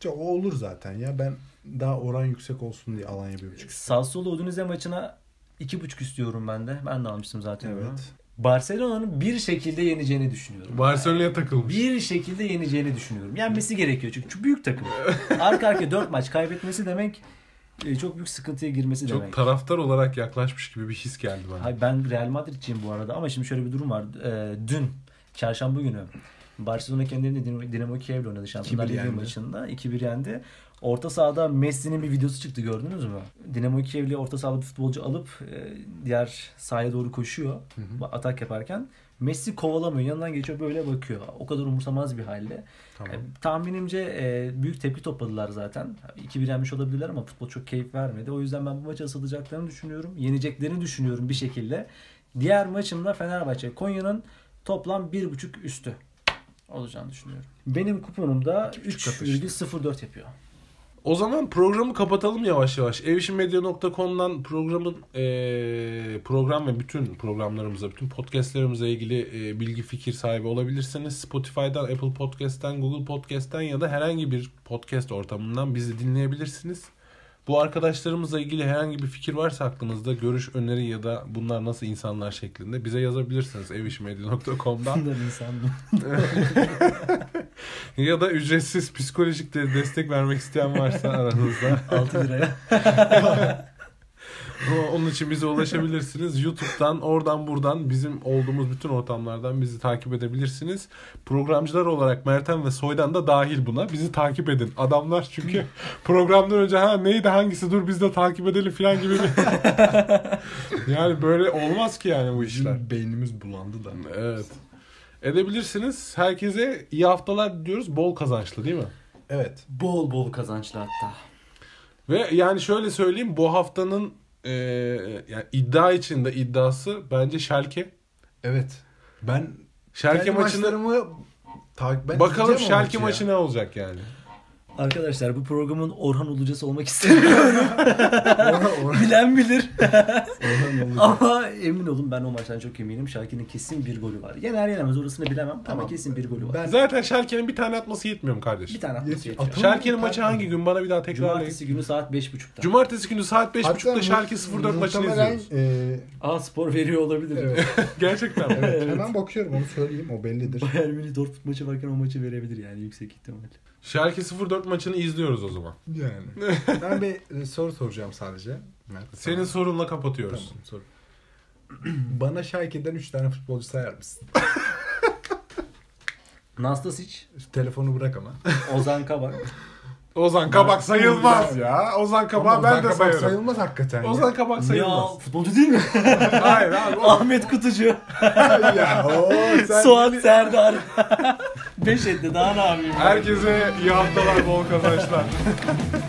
[SPEAKER 4] Ya O olur zaten ya. Ben daha oran yüksek olsun diye Alanya bir buçuk.
[SPEAKER 5] Sassuolo Udinese maçına 2.5 istiyorum ben de. Ben de almıştım zaten. bunu.
[SPEAKER 4] Evet.
[SPEAKER 5] Barcelona'nın bir şekilde yeneceğini düşünüyorum.
[SPEAKER 2] Barcelona'ya takılmış.
[SPEAKER 5] bir şekilde yeneceğini düşünüyorum. Yenmesi gerekiyor çünkü çok büyük
[SPEAKER 4] [LAUGHS]
[SPEAKER 5] takım. Arka arka 4 maç kaybetmesi demek e, çok büyük sıkıntıya girmesi
[SPEAKER 2] Çok
[SPEAKER 5] demek.
[SPEAKER 2] taraftar olarak yaklaşmış gibi bir his geldi bana.
[SPEAKER 5] Hayır, ben Real Madrid'ciyim bu arada ama şimdi şöyle bir durum var. E, dün çarşamba günü Barcelona kendilerini Dinamo- Dinamo Kiev'le oynadı Şampiyonlar
[SPEAKER 4] 2-1
[SPEAKER 5] Ligi
[SPEAKER 4] yendi.
[SPEAKER 5] maçında. 2-1 yendi. Orta sahada Messi'nin bir videosu çıktı gördünüz mü? Dinamo Kiev'li orta sahada bir futbolcu alıp e, diğer sahaya doğru koşuyor atak yaparken. Messi kovalamıyor. Yanından geçiyor böyle bakıyor. O kadar umursamaz bir halde. E, tahminimce e, büyük tepki topladılar zaten. 2-1 yenmiş olabilirler ama futbol çok keyif vermedi. O yüzden ben bu maçı asılacaklarını düşünüyorum. Yeneceklerini düşünüyorum bir şekilde. Diğer maçımda Fenerbahçe Konya'nın toplam 1.5 üstü olacağını düşünüyorum. Benim kuponum da 3,04 yapıyor.
[SPEAKER 2] O zaman programı kapatalım yavaş yavaş. Evişimmedya.com'dan programın eee, program ve bütün programlarımıza, bütün podcastlerimize ilgili eee, bilgi fikir sahibi olabilirsiniz. Spotify'dan, Apple Podcast'ten, Google Podcast'ten ya da herhangi bir podcast ortamından bizi dinleyebilirsiniz. Bu arkadaşlarımızla ilgili herhangi bir fikir varsa aklınızda görüş, öneri ya da bunlar nasıl insanlar şeklinde bize yazabilirsiniz
[SPEAKER 5] [LAUGHS]
[SPEAKER 2] evişimmedya.com'dan.
[SPEAKER 5] Bunlar insandım.
[SPEAKER 2] ya da ücretsiz psikolojik de destek vermek isteyen varsa aranızda
[SPEAKER 5] 6 liraya.
[SPEAKER 2] Ama Onun için bize ulaşabilirsiniz. YouTube'dan, oradan buradan bizim olduğumuz bütün ortamlardan bizi takip edebilirsiniz. Programcılar olarak Mertem ve Soydan da dahil buna. Bizi takip edin. Adamlar çünkü programdan önce ha neydi hangisi dur biz de takip edelim falan gibi bir... yani böyle olmaz ki yani bu işler.
[SPEAKER 4] Bizim beynimiz bulandı da.
[SPEAKER 2] Evet. Edebilirsiniz. Herkese iyi haftalar diliyoruz. Bol kazançlı değil mi?
[SPEAKER 4] Evet.
[SPEAKER 5] Bol bol kazançlı hatta.
[SPEAKER 2] Ve yani şöyle söyleyeyim bu haftanın e, e, yani iddia içinde iddiası bence Schalke.
[SPEAKER 4] Evet. Ben
[SPEAKER 2] Schalke
[SPEAKER 4] kendi
[SPEAKER 2] maçını
[SPEAKER 4] maçlarımı takip ben
[SPEAKER 2] bakalım
[SPEAKER 4] izleyeceğim o
[SPEAKER 2] Schalke
[SPEAKER 4] maçı
[SPEAKER 2] maçı
[SPEAKER 4] [LAUGHS] ya.
[SPEAKER 2] ne olacak yani.
[SPEAKER 5] Arkadaşlar bu programın Orhan Ulucası olmak istemiyorum. [LAUGHS]
[SPEAKER 4] Orhan- Orhan-
[SPEAKER 5] Bilen bilir.
[SPEAKER 4] Orhan olacak.
[SPEAKER 5] Ama emin olun ben o maçtan çok eminim. Şalke'nin kesin bir golü var. Yener yenemez orasını bilemem
[SPEAKER 4] Tamam.
[SPEAKER 5] ama kesin bir golü var.
[SPEAKER 2] [LAUGHS]
[SPEAKER 4] Ben-
[SPEAKER 2] Zaten Schalke'nin bir tane atması yetmiyor mu kardeşim?
[SPEAKER 5] Bir tane atması
[SPEAKER 4] Yetiyor.
[SPEAKER 5] yetiyor.
[SPEAKER 4] Atın-
[SPEAKER 2] Schalke'nin maçı hangi gün bana bir daha tekrarlayın.
[SPEAKER 5] Cumartesi günü saat 5.30'da.
[SPEAKER 2] Cumartesi günü saat
[SPEAKER 4] Hatta
[SPEAKER 2] 5.30'da Schalke 04 maçını
[SPEAKER 4] muhtemelen, [LAUGHS]
[SPEAKER 2] izliyoruz.
[SPEAKER 4] e,
[SPEAKER 5] A spor veriyor olabilir.
[SPEAKER 4] evet,
[SPEAKER 2] Gerçekten mi?
[SPEAKER 4] evet, hemen bakıyorum onu söyleyeyim o bellidir.
[SPEAKER 5] [LAUGHS] Bayern Münih Dortmund maçı varken o maçı verebilir yani yüksek ihtimalle.
[SPEAKER 2] Schalke 04 maçını izliyoruz o zaman.
[SPEAKER 4] Yani. [LAUGHS] Ben bir e, soru soracağım sadece. Mert,
[SPEAKER 2] Senin
[SPEAKER 4] sana.
[SPEAKER 2] sorunla kapatıyoruz.
[SPEAKER 4] Tamam, soru. [CLEARS THROAT] Bana Şalke'den 3 tane futbolcu sayar mısın?
[SPEAKER 5] Nastasic,
[SPEAKER 4] Şu Telefonu bırak ama.
[SPEAKER 5] Ozan Kabak.
[SPEAKER 2] Ozan Kabak sayılmaz ya. Ozan Kabak ben
[SPEAKER 4] Ozan
[SPEAKER 2] de
[SPEAKER 4] Kabak
[SPEAKER 2] sayarım.
[SPEAKER 4] Sayılmaz hakikaten.
[SPEAKER 2] Ozan Kabak
[SPEAKER 5] ya
[SPEAKER 2] sayılmaz.
[SPEAKER 5] futbolcu değil mi?
[SPEAKER 2] Hayır abi. o-
[SPEAKER 5] [LAUGHS] Ahmet Kutucu,
[SPEAKER 4] ya. ya o, sen
[SPEAKER 5] Suat Serdar. [LAUGHS] Beş etti daha ne yapayım?
[SPEAKER 2] Herkese iyi haftalar, bol kazançlar.